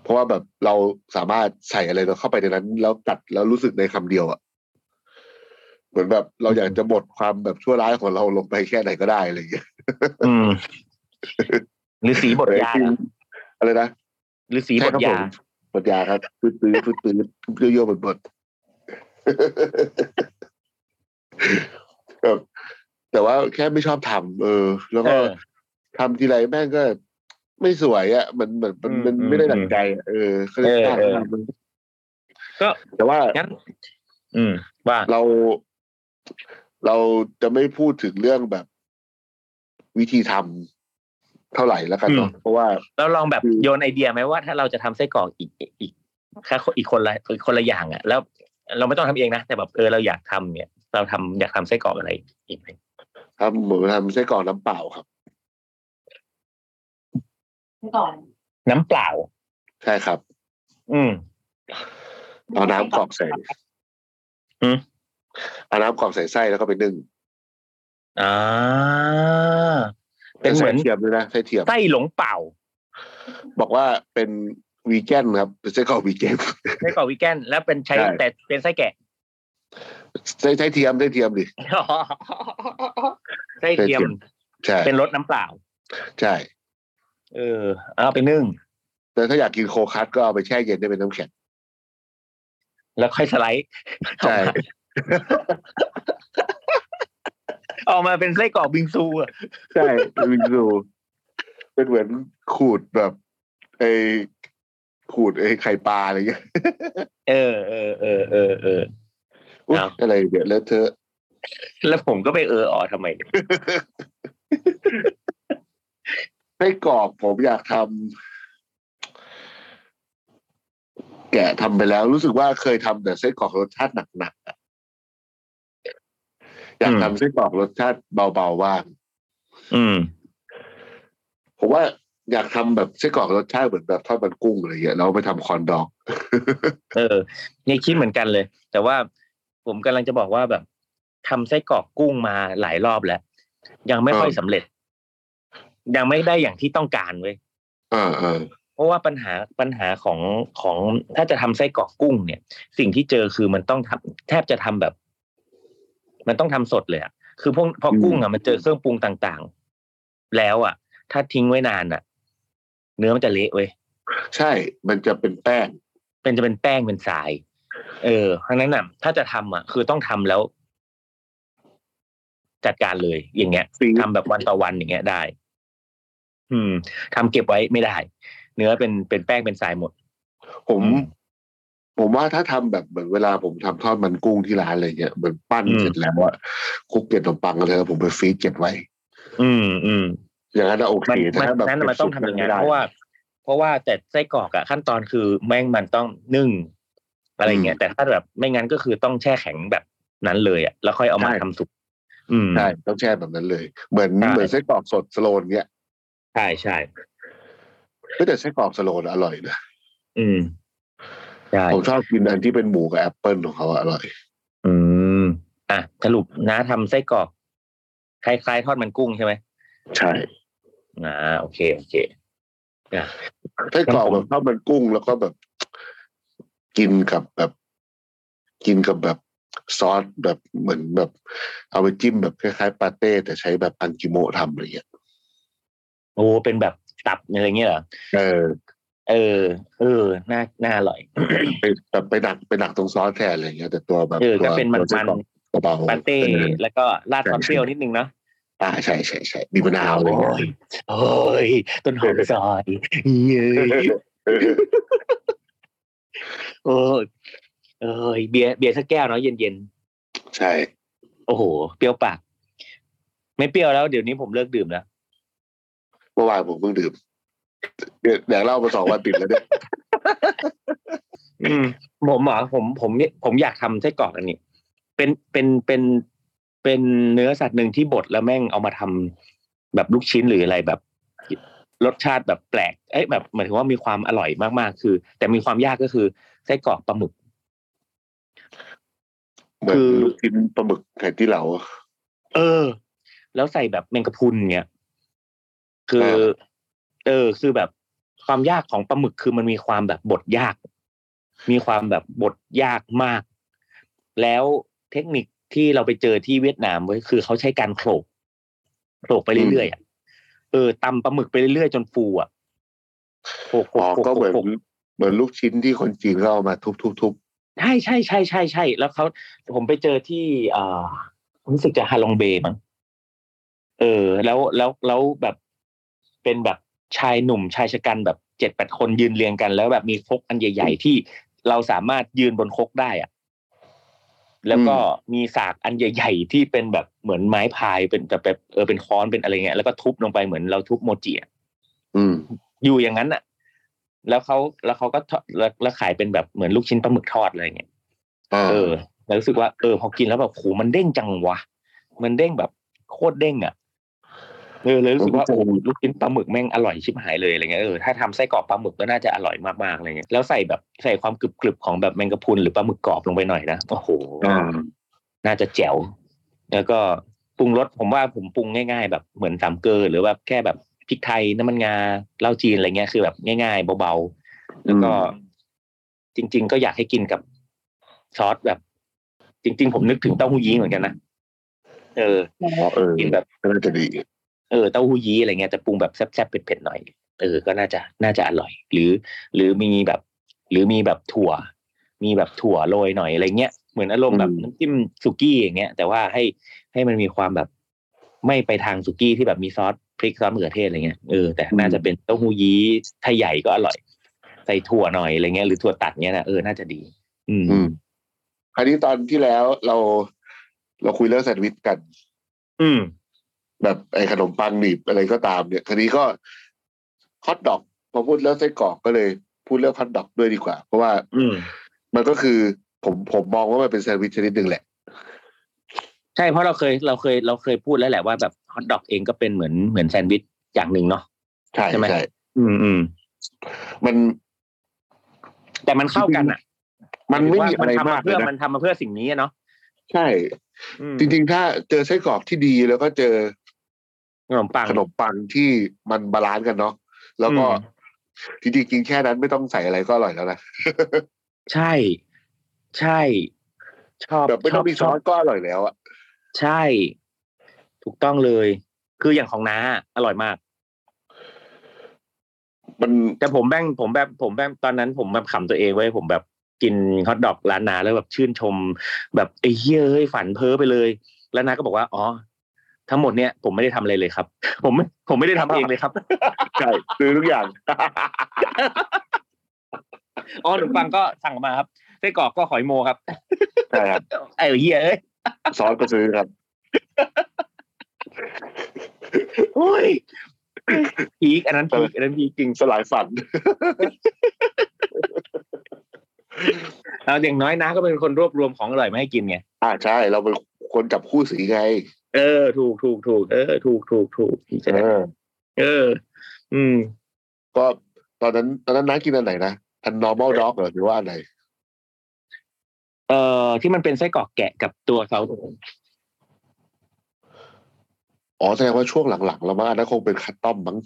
[SPEAKER 4] เพราะว่าแบบเราสามารถใส่อะไรเข้าไปในนั้น แล้วกัดแล้วรู้สึกในคำเดียวอะเหมือนแบบเราอยากจะบดความแบบชั่วร้ายของเราลงไปแค่ไหนก็ได้อะไรอย่างเงี้ย
[SPEAKER 5] อื
[SPEAKER 4] [laughs]
[SPEAKER 5] ม หรือสีบทยาเหรอ
[SPEAKER 4] อะไรนะ
[SPEAKER 5] หรือสีบท
[SPEAKER 4] ใช่ครั
[SPEAKER 5] ยา
[SPEAKER 4] ผมบดยาครับปืดปืดปืดปืดปืดโยบดบด [laughs] แบบแต่ว่าแค่ไม่ชอบทำเออ แล้ว
[SPEAKER 5] เอ
[SPEAKER 4] ก็
[SPEAKER 5] อ
[SPEAKER 4] ทำทีไรแม่งก็ ไม่สวยอะมันเหมือนมันมัน
[SPEAKER 5] อืม
[SPEAKER 4] ไม่ได้ดั่งใจอะเออเขาเรียกว่า
[SPEAKER 5] เออเออ ก็
[SPEAKER 4] แต่ว่า
[SPEAKER 5] งั้น อืม ว่า
[SPEAKER 4] เราเราจะไม่พูดถึงเรื่องแบบวิธีทำเท่าไหร่แล้วกันเนาะเพราะว่า
[SPEAKER 5] เราลองแบบ
[SPEAKER 4] คือ
[SPEAKER 5] โยนไอเดียไหมว่าถ้าเราจะทำไส้กรอกอีกอีกค่าอีกคนละอีกคนละอย่างอ่ะ แล้วเราไม่ต้องทำเองนะ แต่แบบเออเราอยากทำเนี่ย เราทำอยากทำไส้กรอกอะไรอีกไหม
[SPEAKER 4] ทำหมูทำไส้กรอกน้ำเปล่าครับ
[SPEAKER 6] ก่อน
[SPEAKER 5] น้ำเปล่า
[SPEAKER 4] ใช่ครับ
[SPEAKER 5] อืม
[SPEAKER 4] เอาน้ำกรอกใส่
[SPEAKER 5] อืม
[SPEAKER 4] เอาน้ำกรอกใส่ไส้แล้วก็ไปนึ่ง
[SPEAKER 5] อ่าเป็นเหมือน
[SPEAKER 4] ใส่เทียมด้วยนะใส่เทียม
[SPEAKER 5] ไส้หลงเป่า
[SPEAKER 4] บอกว่าเป็นวีแกนครับเป็นไส้กรอกวีแกน
[SPEAKER 5] ไส้กรอกวีแกนแล้วเป็นใช้
[SPEAKER 4] ใช่
[SPEAKER 5] แต่เป็นไส้แกะ
[SPEAKER 4] [laughs]
[SPEAKER 5] [laughs]
[SPEAKER 4] ใส่ใส่เทียมใส่เทียมดิ
[SPEAKER 5] ไส้เทียม
[SPEAKER 4] ไส้เทียม ใช่
[SPEAKER 5] เป็นรสน้ำเปล่า
[SPEAKER 4] ใช่
[SPEAKER 5] เออ เอาไปนึ่ง
[SPEAKER 4] แต่ถ้าอยากกินโคคัสก็เอาไปแช่เย็นได้เป็นน้ำแข็ง
[SPEAKER 5] แล้วค่อยสไลด์
[SPEAKER 4] ใช่
[SPEAKER 5] ออกมาออกมาเป็นไส้กรอกบิงซูอะ
[SPEAKER 4] ใช่เป็นวินดูเป็นเหมือนขูดแบบไอ้ขูดไอ้ไข่ปลาอะไรเงี้ย
[SPEAKER 5] เออเออเออเออเออ
[SPEAKER 4] อุ๊ย
[SPEAKER 5] อ้าว
[SPEAKER 4] อะไรเดี๋ยวเลอะเทอะ
[SPEAKER 5] แล้วผมก็ไปเออออทำไมเนี่ย
[SPEAKER 4] ไส้กรอกผมอยากทำแกะทำไปแล้ว รู้สึกว่าเคยทำแต่ไส้กรอกรสชาติหนักๆอะอยากทำไส้กรอกรสชาติเบาๆบ้าง
[SPEAKER 5] อืม
[SPEAKER 4] ผมว่าอยากทำแบบไส้กรอกรสชาติเหมือนแบบทอดมันกุ้งอะไรเงี้ยแล้วไปทำคอนดอก
[SPEAKER 5] เออเนี่ยคิดเหมือนกันเลย แต่ว่าผมกำลังจะบอกว่าแบบทำไส้กรอกกุ้งมาหลายรอบแล้ว ยังไม่ค่อยสำเร็จ ยังไม่ได้อย่างที่ต้องการเว้ย
[SPEAKER 4] เออเออ
[SPEAKER 5] เพราะว่าปัญหาปัญหาของของถ้าจะทำไส้กรอกกุ้งเนี่ย สิ่งที่เจอคือมันต้องทำแทบจะทำแบบ มันต้องทำสดเลยอะคือพวกพอกุ้งอ่ะมันเจอเครื่องปรุงต่างๆ แล้วอ่ะ ถ้าทิ้งไว้นานอ่ะ เนื้อมันจะเละเว้ย
[SPEAKER 4] ใช่มันจะเป็นแป้ง
[SPEAKER 5] เป็นจะเป็นแป้งเป็นทราย เออเพราะฉะนั้นน่ะถ้าจะทำอ่ะ คือต้องทำแล้ว จัดการเลยอย่างเงี้ย
[SPEAKER 4] จริง
[SPEAKER 5] ทำแบบวันต่อวันอย่างเงี้ยได้ อืมทำเก็บไว้ไม่ได้ เนื้อเป็นเป็นแป้งเป็นทรายหมด
[SPEAKER 4] ผม
[SPEAKER 5] อืม
[SPEAKER 4] ผมว่าถ้าทำแบบเหมือนเวลาผมทำทอดมันกุ้งที่ร้านอะไรเงี้ยเหมือนปั้น
[SPEAKER 5] อืม
[SPEAKER 4] เสร็จแล้วอะคุกเกล็ดขนมปังอะไรแล้วผมไปฟรีซเก็บไว้
[SPEAKER 5] อืมอืม
[SPEAKER 4] อย่างนั้นอะโอเค
[SPEAKER 5] มัน
[SPEAKER 4] แต่
[SPEAKER 5] มัน
[SPEAKER 4] ถ้าแบบ
[SPEAKER 5] นั้นน่ะมันต้องทำอย่างไง
[SPEAKER 4] ไม่ได้
[SPEAKER 5] เพราะว่า เพราะว่าแต่ไส้กรอกอะขั้นตอนคือแม่งมันต้องนึ่งอะไรเงี้ยแต่ถ้าแบบไม่งั้นก็คือต้องแช่แข็งแบบนั้นเลยอะแล้วค่อยเอามา
[SPEAKER 4] ใช่
[SPEAKER 5] ทำสุกอืม
[SPEAKER 4] ใช่ต้องแช่แบบนั้นเลย เหมือน
[SPEAKER 5] ใช่
[SPEAKER 4] เหมือนไส้กรอกสดสโลนเงี้ย
[SPEAKER 5] ใช่ใช่
[SPEAKER 4] ก็แต่ไส้กรอกสโลนอร่อยนะ
[SPEAKER 5] อืมใช่
[SPEAKER 4] ผมชอบกินอันที่เป็นหมูกับแอปเปิลของเขาอะอร่อย
[SPEAKER 5] อืมอ่ะสรุปนะทำไส้กรอกคล้ายๆทอดมันกุ้งใช่ไหม
[SPEAKER 4] ใช่
[SPEAKER 5] อ่าโอเคโอเค อ่ะ
[SPEAKER 4] ไส้กรอกแบบข้าวมันกุ้งแล้วก็แบบ กินกับแบบ กินกับแบบซอสแบบเหมือนแบบ เอาไปจิ้มแบบคล้ายๆปาเต้แต่ใช้แบบอังกิโมะทำอะไรเงี้ย
[SPEAKER 5] โอ้เป็นแบบตับอะไรเงี้ยเหรอ
[SPEAKER 4] เออ
[SPEAKER 5] เออ เออน่าน่าอร่อย
[SPEAKER 4] ไปแบบไปหนักไปหนักตรงซอสแทนอะไรเงี้ย แต่ตัวแบบ
[SPEAKER 5] เออ
[SPEAKER 4] ตัว
[SPEAKER 5] ก็เป็นมัน
[SPEAKER 4] ตัวไส้
[SPEAKER 5] มัน
[SPEAKER 4] กรอกเบาๆ
[SPEAKER 5] ปาเต้
[SPEAKER 4] ออ
[SPEAKER 5] แล้วก็ราดความ
[SPEAKER 4] ใช่
[SPEAKER 5] เปรี้ยวนิดนึงเนาะ
[SPEAKER 4] อ่าใช่ใช่ใช่มีมะนาวอะไรเงี้ย
[SPEAKER 5] โอ้ยต้นหอมซอยเย้ยโอ้ยเอ้ยเบียร์เบียร์สักแก้วเนาะเย็นเย็น [laughs]
[SPEAKER 4] ใช่
[SPEAKER 5] ๆโอ้โห เปรี้ยวปาก ไม่เปรี้ยวแล้ว เดี๋ยวนี้ผมเลิกดื่มแล้ว
[SPEAKER 4] เมื่อวานผมเพิ่งดื่มเดี๋ยวแดกเหล้ามาสองวันติดแล้ว
[SPEAKER 5] [laughs]
[SPEAKER 4] เนี่ย
[SPEAKER 5] ผมเหรอผมผมผมอยากทำไส้กรอกอันนี้ เป็นเป็นเป็นเป็นเนื้อสัตว์หนึ่งที่บดแล้วแม่งเอามาทำแบบลูกชิ้นหรืออะไรแบบ รสชาติแบบแปลกเอ้ยแบบหมายถึงว่ามีความอร่อยมากๆคือ แต่มีความยากก็คือไส้กรอกปลาหมึก
[SPEAKER 4] เหมือน
[SPEAKER 5] คือ
[SPEAKER 4] ลูกชิ้นปลาหมึกไข่ที่เหลา
[SPEAKER 5] เออ แล้วใส่แบบแมงกะพรุนเนี่ยคื
[SPEAKER 4] เอ
[SPEAKER 5] อ
[SPEAKER 4] อ
[SPEAKER 5] เออ คือแบบความยากของปลาหมึกคือมันมีความแบบบดยาก มีความแบบบดยากมาก แล้วเทคนิคที่เราไปเจอที่เวียดนามเว้ยคือเขาใช้การโขลกโขลกไปเรื่อยๆอ่ะเออตำปลาหมึกไปเรื่อยๆจนฟูอ่ะโขลก
[SPEAKER 4] อ๋อ
[SPEAKER 5] โขล
[SPEAKER 4] ก็เหมือน
[SPEAKER 5] โขลโขล
[SPEAKER 4] เหมือนลูกชิ้นที่คนจีนเขาเอามาทุบทุบทุบ
[SPEAKER 5] ใช่ใช่ใช่ใช่ใช่ แล้วเขาผมไปเจอที่เอ่อรู้สึกจะฮาลองเบย์มั้งเออ แล้วแล้วแล้วแบบเป็นแบบชายหนุ่มชายชะกันแบบเจ็ดแปดคนยืนเรียงกัน แล้วแบบมีครกอันใหญ่ ๆ ที่เราสามารถยืนบนครกได้อะแล้วก็มีสากอันใหญ่ ๆ ที่เป็นแบบเหมือนไม้พายเป็นแบบแบบเออเป็นค้อนเป็นอะไรเงี้ยแล้วก็ทุบลงไปเหมือนเราทุบโมจิอะ
[SPEAKER 4] อืม
[SPEAKER 5] อยู่อย่างนั้นอ่ะ แล้วเขาแล้วเขาก็ทอดแล้วแล้วขายเป็นแบบเหมือนลูกชิ้นปลาหมึกทอดอะไรอย่างเงี้ย
[SPEAKER 4] อ่า
[SPEAKER 5] เออแล้วรู้สึกว่าเออพอกินแล้วแบบโหมันเด้งจังวะ มันเด้งแบบโคตรเด้งอ่ะ เออเลยรู้สึกว่าโอ้โหลูกชิ้นปลาหมึกแม่งอร่อยชิบหายเลยอะไรเงี้ยเออถ้าทำไส้กรอกปลาหมึกก็น่าจะอร่อยมากๆอะไรเงี้ยแล้วใส่แบบใส่ความกรึบกรึบๆของแบบแมงกะพรุนหรือปลาหมึกกรอบลงไปหน่อยนะโอ้โห
[SPEAKER 4] อ่า
[SPEAKER 5] น่าจะแจ๋ว แล้วก็ปรุงรสผมว่าผมปรุงง่ายๆ แบบเหมือนสามเกลอหรือว่าแค่แบบพริกไทยน้ำมันงาเหล้าจีนอะไรเงี้ยคือแบบง่ายๆเบาๆ แล้วก็จริง ๆ ก็อยากให้กินกับซอสแบบ จริง ๆ ผมนึกถึงเต้าหู้ยี้เหมือนกันนะเออ
[SPEAKER 4] อ๋อเออ
[SPEAKER 5] กินแบบ
[SPEAKER 4] น่าจะดี
[SPEAKER 5] เออเต้าหู้ยี้อะไรเงี้ยจะปรุงแบบแซ่บๆเผ็ดๆหน่อยเออก็น่าจะน่าจะอร่อย หรือ หรือมีแบบ หรือมีแบบถั่ว มีแบบถั่วโรยหน่อยอะไรเงี้ยเหมือนอารมณ์แบบน้ำจิ้มสุกี้อย่างเงี้ย แต่ว่าให้ให้มันมีความแบบไม่ไปทางสุกี้ที่แบบมีซอสพริกซอสมะเขือเทศอะไรเงี้ยเออแต่น่าจะเป็นเต้าหู้ยี้ถ้าใหญ่ก็อร่อย ใส่ถั่วหน่อยอะไรเงี้ยหรือถั่วตัดเงี้ยนะเออน่าจะดี อืม
[SPEAKER 4] อืมคราวนี้ตอนที่แล้วเราเราคุยเรื่องแซนด์วิชกัน
[SPEAKER 5] อืม
[SPEAKER 4] แบบไอ้ขนมปังหนีบอะไรก็ตามเนี่ย คราวนี้ก็ฮอทดอกพอพูดเรื่องไส้กรอกก็เลย พูดเรื่องฮอทดอกด้วยดีกว่า เพราะว่า
[SPEAKER 5] อืม
[SPEAKER 4] มันก็คือผมผมมองว่ามันเป็นแซนด์วิชชนิดหนึ่งแหละ
[SPEAKER 5] ใช่เพราะเราเคยเราเคยเราเคยพูดแล้วแหละว่าแบบฮอทดอกเองก็เป็นเหมือนเหมือนแซนด์วิชอย่างหนึ่งเนาะ
[SPEAKER 4] ใช่
[SPEAKER 5] ใช่ไหม
[SPEAKER 4] ใช่
[SPEAKER 5] อืมอืม
[SPEAKER 4] มัน
[SPEAKER 5] แต่มันเข้ากันอ่ะ
[SPEAKER 4] มันไม่มีอะไร
[SPEAKER 5] หยถึงว่
[SPEAKER 4] มาก
[SPEAKER 5] นทำ
[SPEAKER 4] เล
[SPEAKER 5] เพื่
[SPEAKER 4] ย
[SPEAKER 5] อ
[SPEAKER 4] นะ
[SPEAKER 5] มันทำมาเพื่อสิ่งนี้อะเนาะ
[SPEAKER 4] ใช่
[SPEAKER 5] อืม
[SPEAKER 4] จริง ๆ ถ้าเจอไส้กรอกที่ดีแล้วก็เจอ
[SPEAKER 5] ขนมปัง
[SPEAKER 4] ขนมปังที่มันบาลานซ์กันเนาะแล้วก็
[SPEAKER 5] อืม
[SPEAKER 4] จริงๆกินแค่นั้นไม่ต้องใส่อะไรก็อร่อยแล้วนะ
[SPEAKER 5] ใช่ ใช่ ชอบ
[SPEAKER 4] แบบไม่ต้อง
[SPEAKER 5] ชบ
[SPEAKER 4] มีซอส
[SPEAKER 5] ชบ
[SPEAKER 4] ก็อร่อยแล้วอะ
[SPEAKER 5] ใช่ ถูกต้องเลย คืออย่างของน้าอร่อยมาก
[SPEAKER 4] มัน
[SPEAKER 5] แต่ผมแบ่งผมแบบผมแบบตอนนั้นผมแบบขำตัวเองไว้ยผมแบบกินฮอทดอกร้านนาแล้วแบบชื่นชม แบบไอ้เฮ้ยเอ้ยฝันเพ้อไปเลย แล้วนาก็บอกว่าอ๋อ ทั้งหมดเนี่ยผมไม่ได้ทำอะไรเลยครับ ผมไม่ผมไม่ได้ทำเองเลยครับ
[SPEAKER 4] ใช่ซื้อทุกอย่าง
[SPEAKER 5] อ๋อขนมปังก็สั่งมาครับไส้กรอกก็หอยโมครับ
[SPEAKER 4] ใช่ครับ
[SPEAKER 5] [laughs] ไอ้เหี้ยเอ้ย
[SPEAKER 4] ซอสก็ซื้อครับ
[SPEAKER 5] โอ้ยพีกอันนั้นพีกอันนั้นพีกจริง
[SPEAKER 4] สลายฝัน
[SPEAKER 5] เอาอย่างน้อยนะก็เป็นคนรวบรวมของอร่อยมาให้กินไง
[SPEAKER 4] อ่าใช่ เราเป็นคนจับคู่สีไง
[SPEAKER 5] เออถูกถูกถูกเออถูกถูกถูกใช่ไหม
[SPEAKER 4] เออ
[SPEAKER 5] เออ อืม
[SPEAKER 4] ก็ตอนนั้นตอนนั้นน้ากินอันไหนนะอัน normal dog เหรอหรือว่าอันไหน
[SPEAKER 5] เอ่อที่มันเป็นไส้กรอกแกะกับตัวเขา
[SPEAKER 4] อ๋อแสดงว่าช่วงหลังๆ แล้วมั้งอันนั้นคงเป็นคัสตอมมั้ง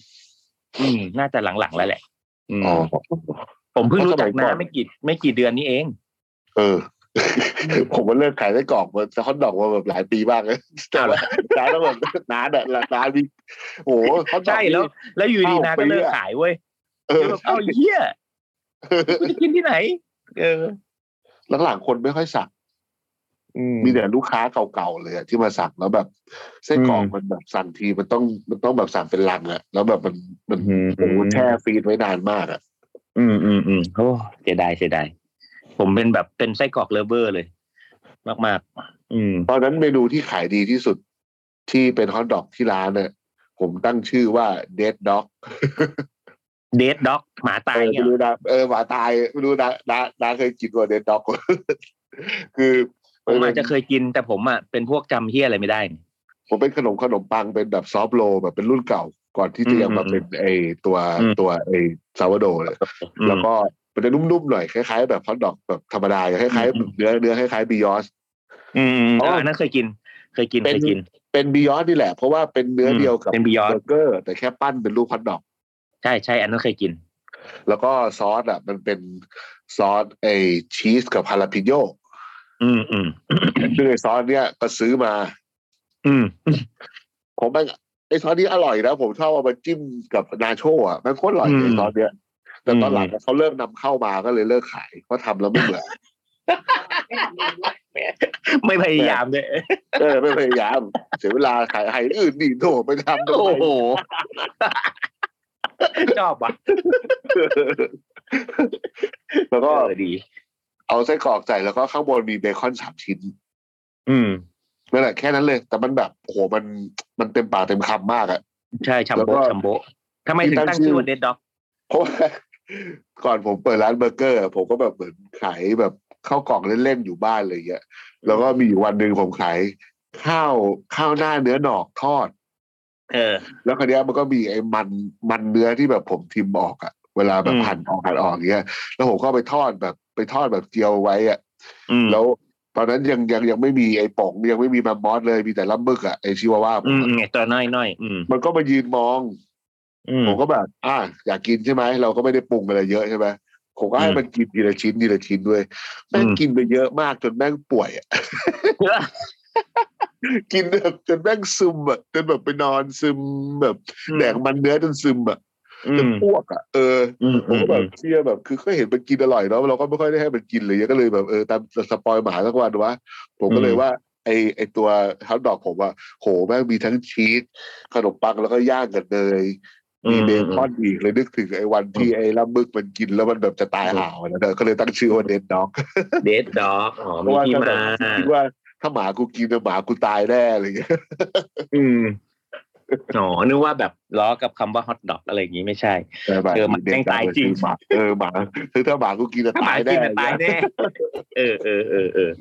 [SPEAKER 5] อืมน่าจะหลังๆแล้วแหละ อืม
[SPEAKER 4] อ๋อ
[SPEAKER 5] ผมเพิ่งรู้จัก
[SPEAKER 4] เพราะสมัยก่
[SPEAKER 5] นะ
[SPEAKER 4] อน
[SPEAKER 5] ไม่กี่ไม่กี่เดือนนี้เอง
[SPEAKER 4] เอ
[SPEAKER 5] [laughs]
[SPEAKER 4] อ ผมว่าเลิกขายไส้กรอกมาฮอทดอกมาแบบหลายปีมากเลยแต่ว่าร้านต้องแบบนานอ่ะร้านมีโอ้โหฮอทดอก
[SPEAKER 5] ใช่แล้ว
[SPEAKER 4] นี่
[SPEAKER 5] แล้วอยู่ดี
[SPEAKER 4] เอ้า
[SPEAKER 5] นา
[SPEAKER 4] ไป
[SPEAKER 5] ก็
[SPEAKER 4] เรื่
[SPEAKER 5] เลิ
[SPEAKER 4] อย
[SPEAKER 5] กขายเว้ย
[SPEAKER 4] เออ
[SPEAKER 5] แล้วแบบเอ้าเหี้ย
[SPEAKER 4] [laughs]
[SPEAKER 5] กูจะกินที่ไหน เออ
[SPEAKER 4] หลังๆคนไม่ค่อยสั่ง
[SPEAKER 5] อื
[SPEAKER 4] มีแต่ลูกค้าเก่าๆเลยอะที่มาสั่งแล้วแบบไส้กรอก
[SPEAKER 5] อืม
[SPEAKER 4] มันแบบสั่งทีมันต้องมันต้องแบบสั่งเป็นลังอะแล้วแบบมันมันโอ้โหแช่ฟรีดไว้นานมากอะ
[SPEAKER 5] อืมอืมอืมโอ้เสียดายเสียดายผมเป็นแบบเป็นไส้กรอกเลฟเวอร์เลย มากๆ อืม
[SPEAKER 4] ตอนนั้นเมนูที่ขายดีที่สุดที่เป็นฮอทดอกที่ร้านเนี่ยผมตั้งชื่อว่าเดดด็อก
[SPEAKER 5] เดดด็อกหมาตาย
[SPEAKER 4] ไม่
[SPEAKER 5] เนี่ย
[SPEAKER 4] รู้นะเออหมาตายไม่รู้นะนะนะเคยกินว่าเดดด็อก [laughs] คือ
[SPEAKER 5] ผมอาจจะเคยกิน แต่ผมอ่ะเป็นพวกจำเฮี้ยอะไรไม่ได้
[SPEAKER 4] ผมเป็นขนมขนมปังเป็นแบบซอฟต์โรลแบบเป็นรุ่นเก่า ก่อนที่จะยังมาเป็นไอตัว
[SPEAKER 5] อืม
[SPEAKER 4] ตัวไอซาวโดเลย
[SPEAKER 5] อืม
[SPEAKER 4] แล้วก็มันจะนุ่มๆหน่อยคล้ายๆแบบฮอทดอกแบบธรรมดาคล้าย
[SPEAKER 5] อืม
[SPEAKER 4] ๆเนื้อเนื้อคล้ายๆบียอส
[SPEAKER 5] อืมอืม
[SPEAKER 4] อ๋ออั
[SPEAKER 5] อันนั้นเคยกิน เคยกิน
[SPEAKER 4] เป็
[SPEAKER 5] เคน ยกิน
[SPEAKER 4] เป็นบียอสนี่แหละ เพราะว่าเป็นเนื้ออ
[SPEAKER 5] ม
[SPEAKER 4] เดียวกับ
[SPEAKER 5] เป็น Beyond
[SPEAKER 4] เบอร์เกอร์ แต่แค่ปั้นเป็นรูปฮอทดอก
[SPEAKER 5] ใช่ใช่อันนั้นเคยกิน
[SPEAKER 4] แล้วก็ซอสอ่ะมันเป็นซอสไอชีสกับฮาลาปิโย
[SPEAKER 5] อืมอืม
[SPEAKER 4] ซึ่งไอซอสเนี้ยก็ซื้อมา
[SPEAKER 5] อืม
[SPEAKER 4] ผมแม่งไอซอสนี้อร่อยนะผมชอบเอามาจิ้มกับนาโชอ่ะมันโคตรอร่อยเลยไอ้ซอสเนี้ยแต่ตอนหลังเขาเริ่มนำเข้ามาก็เลยเลิกขายเพราะทำแล้วไม่เหลือ
[SPEAKER 5] ไม่พยายามด้วย
[SPEAKER 4] เออไม่พยายามเสียเวลาขายไอ้อื่นดีโถไปทำทำไม
[SPEAKER 5] โอ้โห ชอบว่ะ
[SPEAKER 4] แล้วก็
[SPEAKER 5] เออดี
[SPEAKER 4] เอาไส้กรอกใส่แล้วก็ข้างบนมีเบคอนสามชิ้น
[SPEAKER 5] อืม
[SPEAKER 4] นั่นแหละแค่นั้นเลย แต่มันแบบโอ้โหมันมันเต็มปากเต็มคำมากอะ
[SPEAKER 5] ใช่ชัม
[SPEAKER 4] แล้วก็
[SPEAKER 5] โบะชัมโบะทำไมถึง
[SPEAKER 4] ที่ตั้
[SPEAKER 5] ตั้
[SPEAKER 4] ง
[SPEAKER 5] ง
[SPEAKER 4] ชื่
[SPEAKER 5] ชื่
[SPEAKER 4] อ
[SPEAKER 5] อว่าเดดด็อก
[SPEAKER 4] เพราะว่า [laughs] ก่อนผมเปิดร้านเบอร์เกอร์อะผมก็แบบเหมือนขายแบบข้าวกล่องเล่นๆอยู่บ้านอะไรอย่างเงี้ยแล้วก็มีอยู่วันหนึ่งผมขายข้าวข้าวหน้าเนื้อหนอกทอด
[SPEAKER 5] เออ
[SPEAKER 4] แล้วคราวเนี้ยมันก็มีไอ้มันมันเนื้อที่แบบผมทิมออกอะเวลาแบบ
[SPEAKER 5] อืม
[SPEAKER 4] หั่นออกหั่นออกอย่างเงี้ย แล้วผมก็เอาไปทอดแบบไปทอดแบบเจียวไว้อะ
[SPEAKER 5] อืม
[SPEAKER 4] แล้วตอนนั้นยังยังยังไม่มีไอ้ป๋องยังไม่มีแมมมอสเลยมีแต่ลัมเบิกอะไอ้ชิวาว่าผม
[SPEAKER 5] อืม
[SPEAKER 4] อะ
[SPEAKER 5] ไงตัวน้อยน้อยๆอืม
[SPEAKER 4] มันก็มายืนมอง
[SPEAKER 5] อืม
[SPEAKER 4] ผมก็แบบ อ่ะอยากกินใช่ไหมเราก็ไม่ได้ปรุงอะไรเยอะใช่ไหมผมก็ให้
[SPEAKER 5] อืม
[SPEAKER 4] มันกินทีละชิ้นทีละชิ้นด้วยแม่ง
[SPEAKER 5] อืม
[SPEAKER 4] กินไปเยอะมากจนแม่งป่วยอะ
[SPEAKER 5] [laughs]
[SPEAKER 4] กินแบบจนแม่งซึมอะจนแบบไปนอนซึมแบบแดกมันเนื้อจนซึมอะ
[SPEAKER 5] อื
[SPEAKER 4] จน
[SPEAKER 5] ม
[SPEAKER 4] อ้วกอะเออ
[SPEAKER 5] อืม
[SPEAKER 4] ผมก็แบบเชื่อแบบคือก็เห็นมันกินอร่อยเนาะเราก็ไม่ค่อยได้ให้มันกินเลยก็เลยแบบเออตามสปอยหมาสักวันวะผมก็เลยว่าไอไอตัวฮอทดอกผมว่าโหแม่งมีทั้งชีสขนมปังแล้วก็ย่างกันเลย
[SPEAKER 5] อื
[SPEAKER 4] มีเบคอน
[SPEAKER 5] ม
[SPEAKER 4] อีกเลยนึกถึงไอ้วันที่ไอ้ลามึกมันกินแล้วมันแบบจะตายห่าวนะเด้อก็เลยตั้งชื่อว่าเดนด็อก
[SPEAKER 5] เดดด็อกอ๋อ
[SPEAKER 4] เพราะว่า
[SPEAKER 5] มีที่
[SPEAKER 4] ก็แบบ
[SPEAKER 5] มา
[SPEAKER 4] คิดว่าถ้าหมากูกินน่ะหมากูตายแน่อะไรเงี้ย
[SPEAKER 5] อืมอ๋อนึกว่าแบบล้อกับคำว่าฮอทดอกอะไรอย่างนี้ไม่ใช่
[SPEAKER 4] แต่แบบ
[SPEAKER 5] เออหมา
[SPEAKER 4] เด็ก
[SPEAKER 5] แม่งตายจริง
[SPEAKER 4] หมาเออหมาคือถ้าหมากูกินน่ะ
[SPEAKER 5] ถ้า
[SPEAKER 4] ตาม
[SPEAKER 5] หาย กิ
[SPEAKER 4] แน่
[SPEAKER 5] นน่ะตายแน่ [laughs] เออเออเออเออ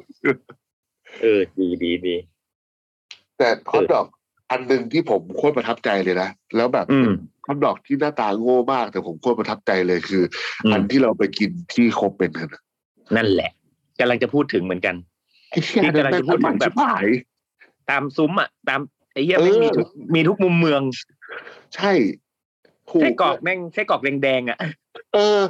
[SPEAKER 5] เออดีดีดี
[SPEAKER 4] แต่ฮอตดอกอันหนึ่งที่ผมโคตรประทับใจเลยนะแล้วแบบ
[SPEAKER 5] อืม
[SPEAKER 4] ฮอตดอกที่หน้าตาโง่มาก แต่ผมโคตรประทับใจเลยคืออ
[SPEAKER 5] ม
[SPEAKER 4] อันที่เราไปกินที่โคเปนเฮน
[SPEAKER 5] นั่นแหละกำลังจะพูดถึงเหมือนกัน
[SPEAKER 4] ไอ้เชี่ย
[SPEAKER 5] ที่
[SPEAKER 4] นั่น
[SPEAKER 5] กำลัง
[SPEAKER 4] แม่ง
[SPEAKER 5] จะพูดถึงแบบ
[SPEAKER 4] อร่อยชิบหาย
[SPEAKER 5] ตามซุ้มอ่ะ ตามไอ้เหี้ย
[SPEAKER 4] เออ
[SPEAKER 5] แม่งมีทุกมีทุกมุมเมือง
[SPEAKER 4] ใช่ถู
[SPEAKER 5] ไส้กรอก กแม่งไส้กรอกแดงๆอ่ะ
[SPEAKER 4] เอ [laughs] อ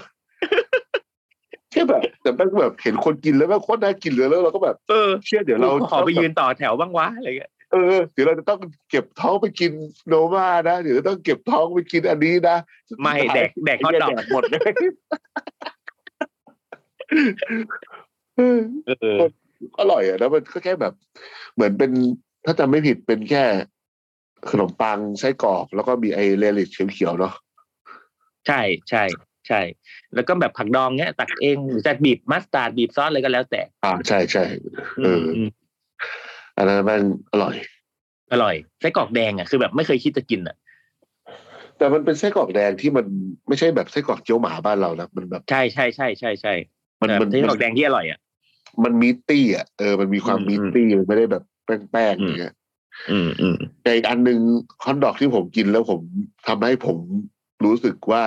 [SPEAKER 4] แค่แบบแต่แม่งแบบเห็นคนกินแล้วแม่งโคตรน่ากินเลยแล้วเราก็แบบ
[SPEAKER 5] เออ
[SPEAKER 4] เชื่อเดี๋ยวเรา
[SPEAKER 5] ขอไปยืนต่อแถวบ้างวะอะไรเงี้ย
[SPEAKER 4] เออเดี๋ยวเราจะต้องเก็บท้องไปกินโนมานะเดี๋ยวเราต้องเก็บท้องไปกินอันนี้นะ [laughs]
[SPEAKER 5] ไม่แดกแดกฮอทดอก
[SPEAKER 4] หมดเลยเออ
[SPEAKER 5] เออ
[SPEAKER 4] อร่อยอ่ะแล้วมันก็แค่แบบ เหมือนเป็นถ้าจำไม่ผิดเป็นแค่ ขนมปังไส้กรอกแล้วก็มีไอ้เลลิชเขียวๆเนาะ
[SPEAKER 5] ใช่ใช่ใช่ แล้วก็แบบผักดองเงี้ย ตักเองหรือจะบีบมัสตาร์ดบีบซอสอะไรก็แล้วแต่
[SPEAKER 4] อ่าใช่ใช่ เอออื
[SPEAKER 5] ม
[SPEAKER 4] อันนั้นแม่งอร่อย
[SPEAKER 5] อร่อยไส้กรอกแดงอ่ะคือแบบไม่เคยคิดจะกินอ่ะ
[SPEAKER 4] แต่มันเป็นไส้กรอกแดงที่มันไม่ใช่แบบไส้กรอกเจียวหมาบ้านเรานะมันแบบ
[SPEAKER 5] ใช่ใช่ใช่ใช่ใช่
[SPEAKER 4] มั
[SPEAKER 5] มันน
[SPEAKER 4] มัน
[SPEAKER 5] ไส้กรอกแดงที่อร่อยอ่ะ
[SPEAKER 4] มันมีตี้อ่ะเออมันมีความ
[SPEAKER 5] อืม
[SPEAKER 4] มีตี้มันไม่ได้แบบแป้งๆ
[SPEAKER 5] อื
[SPEAKER 4] อ
[SPEAKER 5] ม
[SPEAKER 4] ย่างเงี้ย
[SPEAKER 5] อืมอืม
[SPEAKER 4] แต่อีกอันหนึ่งฮอทดอกที่ผมกินแล้วผมทำให้ผมรู้สึกว่า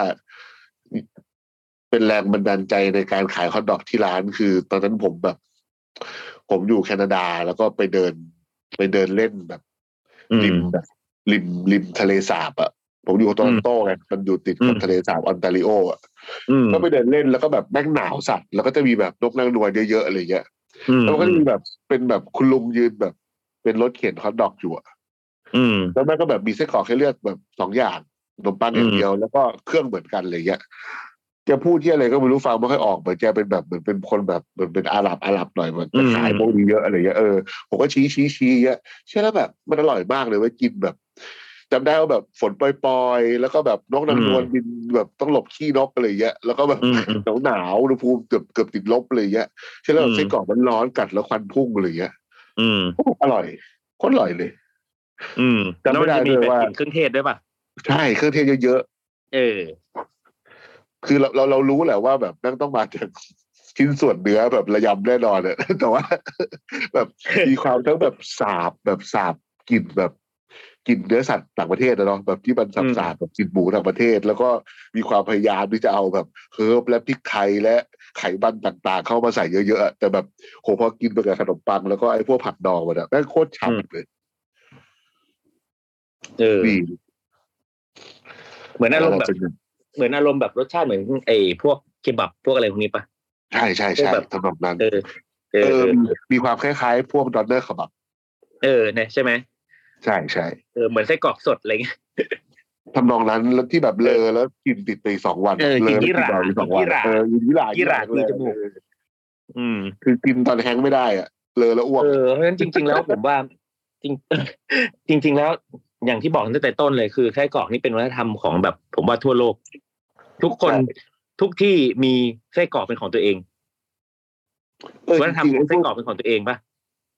[SPEAKER 4] เป็นแรงบันดาลใจในการขายฮอทดอกที่ร้านคือ ตอนนั้นผมแบบ ผมอยู่แคนาดาแล้วก็ไปเดิน ไปเดินเล่นแบบ
[SPEAKER 5] อื
[SPEAKER 4] ริม
[SPEAKER 5] ม
[SPEAKER 4] แบบริมริมทะเลสาบอะผ ผมอยู่โตรอนโตไงมันอยู่ติดกับทะเลสาบอนตาริโออ่ะ
[SPEAKER 5] อืม
[SPEAKER 4] ก็ไปเดินเล่นแล้วก็แบบแม่งหนาวสัตว์แล้วก็จะมีแบบนกนางนวลเยอะๆอะไรเงี้ย
[SPEAKER 5] อืม
[SPEAKER 4] แล้วก็จะมีแบบเป็นแบบคุณลุงยืนแบบ เป็นรถเข็นคอตดอกอยู่อะ
[SPEAKER 5] อืม
[SPEAKER 4] แล้วแม่งก็แบบมีไส้กรอกให้เลือกแบบสองอย่างขนมปังอย่างเดียวแล้วก็เครื่องเหมือนกันอะไรเงี้ยแกพูดที่อะไรก็ไม่รู้ฟังไม่ค่อยออกเหมือนแกเป็นแบบเหมือนเป็นคนแบบเหมือนเป็นอาหรับอาหรับหน่อยเหมือน
[SPEAKER 5] อืม
[SPEAKER 4] ขายพวกนี้เยอะอะไรเงี้ยเออผมก็ชี้ชี้ชี้เงี้ยเชื่อแล้วแบบมันอร่อยมากเลยเว้ยกินแบบจำได้ว่าแบบฝนปล่อยๆ แล้วก็แบบนกนางนวลบินแบบต้องหลบขี้นกอะไรเงี้ยแล้วก็แบบ
[SPEAKER 5] อืมอืม
[SPEAKER 4] หนาวหนาวๆอุณหภูมิเกือบเกือบติดลบเลยเงี้ยใช่แล้ว
[SPEAKER 5] อืม
[SPEAKER 4] ไส้กรอกมันร้อนกัดแล้วควันพุ่งเลยเงี้ย
[SPEAKER 5] อืม
[SPEAKER 4] โอ้อร่อยโคตรอร่อยเลย
[SPEAKER 5] อืม
[SPEAKER 4] จำ
[SPEAKER 5] แล้ว
[SPEAKER 4] ไม่
[SPEAKER 5] มัน
[SPEAKER 4] ได้
[SPEAKER 5] จะมี
[SPEAKER 4] ด้วย
[SPEAKER 5] แบบ
[SPEAKER 4] ว่า
[SPEAKER 5] กลิ่นเครื่องเทศด้วยป่ะ
[SPEAKER 4] ใช่เครื่องเทศเยอะ
[SPEAKER 5] เออ
[SPEAKER 4] ๆคือเราเราเรารู้แหละว่าแบบแม่งต้องมาจากชิ้นส่วนเนื้อแบบระยำแน่นอนอะ [laughs] แต่ว่า แบบ [laughs] มีความทั้งแบบสาบแบบสาบกลิ่นแบบกลิ่นเนื้อสัตว์ต่างประเทศนะเนาะแบบที่มันสับ
[SPEAKER 5] อืม
[SPEAKER 4] สาบแบบกลิ่นหมูต่างประเทศ แล้วก็มีความพยายามที่จะเอาแบบเฮิร์บและพริกไทยและไขมันต่างๆ เข้ามาใส่เยอะๆอะแต่แบบโหพอกินไปกับขนมปังแล้วก็ไอ้พวกผักดองมันอะแม่งโคตรฉ่ำเลย
[SPEAKER 5] เออ
[SPEAKER 4] ดี
[SPEAKER 5] เหมือนอารมณ์แบบ
[SPEAKER 4] เป็น
[SPEAKER 5] เหมือนอารมณ์แบบรสชาติเหมือนไอ้พวกเคบับพวกอะไรพวกนี้ป่ะ
[SPEAKER 4] ใช่ใช่ใช่
[SPEAKER 5] พวกแบบ
[SPEAKER 4] ทำนองนั้น
[SPEAKER 5] เออ เออ
[SPEAKER 4] เอ
[SPEAKER 5] เอ
[SPEAKER 4] อ
[SPEAKER 5] อ
[SPEAKER 4] มีมีความคล้ายๆ พวกดอนเนอร์ขบับ
[SPEAKER 5] เออเนี่ยใช่ไหม
[SPEAKER 4] ใช่ใช่
[SPEAKER 5] เออเหมือนไส้กรอกสดอะไรเงี้ย
[SPEAKER 4] ทำนองนั้นแล้วที่แบบเลอแล้วกินติดไปสองวัน
[SPEAKER 5] เออกิ
[SPEAKER 4] แล้
[SPEAKER 5] น
[SPEAKER 4] ว
[SPEAKER 5] ยี่หร่า
[SPEAKER 4] ติดไปสองวั
[SPEAKER 5] ยี่
[SPEAKER 4] น
[SPEAKER 5] หร่า
[SPEAKER 4] เออกินยี่หร่า
[SPEAKER 5] ยี่หร่า
[SPEAKER 4] เลย
[SPEAKER 5] คือจมูก อืม
[SPEAKER 4] คือกินตอนแห้งก์ไม่ได้อะเลอแล้วอ้วก
[SPEAKER 5] เออเพราะฉะนั้นจริง ๆ แล้วผมว่าจริง จริง [laughs] ๆ แล้วอย่างที่บอกตั้งแต่ต้นเลยคือไส้กรอกนี่เป็นวัฒนธรรมของแบบ ผมว่าทั่วโลก ทุกคนทุกที่มีไส้กรอกเป็นของตัวเอง
[SPEAKER 4] เออ
[SPEAKER 5] วัฒนธรรม
[SPEAKER 4] จริงๆไอ้พ
[SPEAKER 5] ไส้
[SPEAKER 4] วก
[SPEAKER 5] กรอกเป็นของตัวเองป่ะ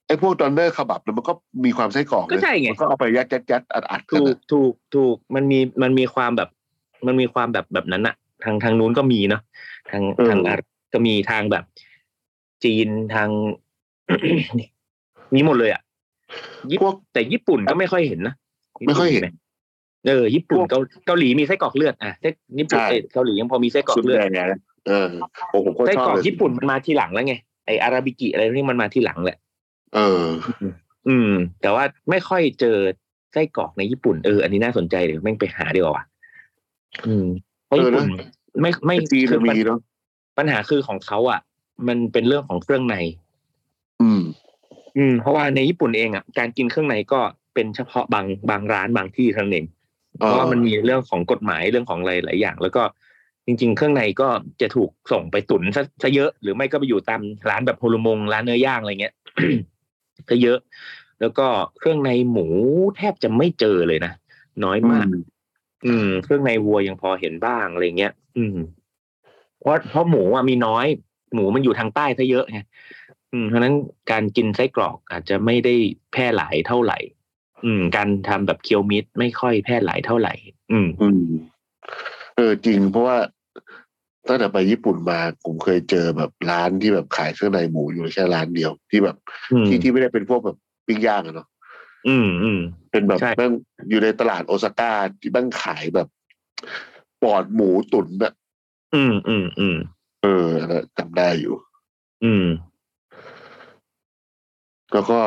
[SPEAKER 4] ไอ้พวกดอนเนอร์ขบับเนี่ยมันก็มีความไส้กรอก
[SPEAKER 5] ก็ใช่ไง
[SPEAKER 4] มันก็เอาไปยัดยัดยัดอัดอัดกัน
[SPEAKER 5] ถูก
[SPEAKER 4] อะ
[SPEAKER 5] ถูกถูกมันมีมันมีความแบบ มันมีความแบบแบบนั้นอะทางทางนู้นก็มีเนาะทางทางอาหรับก็มีทางแบบ จีนทาง [coughs] มีหมดเลยอะญี่
[SPEAKER 4] พ
[SPEAKER 5] ปุ่
[SPEAKER 4] ว
[SPEAKER 5] น
[SPEAKER 4] ก
[SPEAKER 5] แต่ญี่ปุ่นก็ไม่ค่อยเห็นนะ
[SPEAKER 4] ไม่ค่อยเห็น
[SPEAKER 5] เออญี่ปุ่น
[SPEAKER 4] พวก
[SPEAKER 5] เกาเกาหลีมีไส้กรอกเลือดอ่ะไส้ญี่ปุ่น
[SPEAKER 4] ใช่
[SPEAKER 5] เอ้ยเกาหลียังพอมีไส้กรอกเลือด
[SPEAKER 4] แดงนะเออโอ้ผมก็
[SPEAKER 5] ไส้
[SPEAKER 4] ชอบ
[SPEAKER 5] กรอก
[SPEAKER 4] เลย
[SPEAKER 5] ญี่ปุ่นมันมาทีหลังแล้วไงไออาราบิกิอะไรพวกนี่มันมาทีหลังแหละ
[SPEAKER 4] เออ
[SPEAKER 5] อืม แต่ว่าไม่ค่อยเจอไส้กรอกในญี่ปุ่นเอออันนี้น่าสนใจเดี๋ยวแม่งไปหาดีกว่าว่ะอืมเพราะ
[SPEAKER 4] เออ
[SPEAKER 5] ญี่ปุ่น
[SPEAKER 4] นะ
[SPEAKER 5] ไม่ไม่
[SPEAKER 4] จีน
[SPEAKER 5] คือปัญ
[SPEAKER 4] มีเนาะ
[SPEAKER 5] ปัญหาคือของเขาอ่ะ มันเป็นเรื่องของเครื่องใน
[SPEAKER 4] อืม
[SPEAKER 5] อืม เพราะว่าในญี่ปุ่นเองอ่ะการกินเครื่องในก็เป็นเฉพาะบางบางร้านบางที่เท่านั้นเองเพ
[SPEAKER 4] อ๋อ
[SPEAKER 5] ราะว่ามันมีเรื่องของกฎหมายเรื่องของอะไรหลายอย่าง แล้วก็จริง ๆ เครื่องในก็จะถูกส่งไปตุนซะซะเยอะ หรือไม่ก็ไปอยู่ตามร้านแบบโฮลมงร้านเนื้อย่างอะไรเงี้ย [clears throat] ซะเยอะ แล้วก็เครื่องในหมูแทบจะไม่เจอเลยนะน้อยมาก อืม เครื่องในวัวยังพอเห็นบ้างอะไรเงี้ยอืม เพราะเพราะหมูอ่ะมีน้อย หมูมันอยู่ทางใต้ซะเยอะไงอืมเพราะฉะนั้นการกินไส้กรอกอาจจะไม่ได้แพร่หลายเท่าไหร่ อืม การทำแบบเคียวมิดไม่ค่อยแพร่หลายเท่าไหร่ อืม
[SPEAKER 4] อืมเออจริงเพราะว่าตั้งแต่ไปญี่ปุ่นมาผมเคยเจอแบบร้านที่แบบขายเครื่องในหมูอยู่แค่ร้านเดียว ที่แบบ
[SPEAKER 5] อืม
[SPEAKER 4] ที่ที่ไม่ได้เป็นพวกแบบปิ้งย่างอะเนาะ
[SPEAKER 5] อืมอืม
[SPEAKER 4] เป็นแบบ
[SPEAKER 5] ใช่
[SPEAKER 4] นั่งอยู่ในตลาดโอซาก้าที่นั่งขายแบบปอดหมูตุ๋นอะ
[SPEAKER 5] อืมอืมอืม
[SPEAKER 4] เอออันนั้นจำได้อยู่
[SPEAKER 5] อืม
[SPEAKER 4] แล้วก็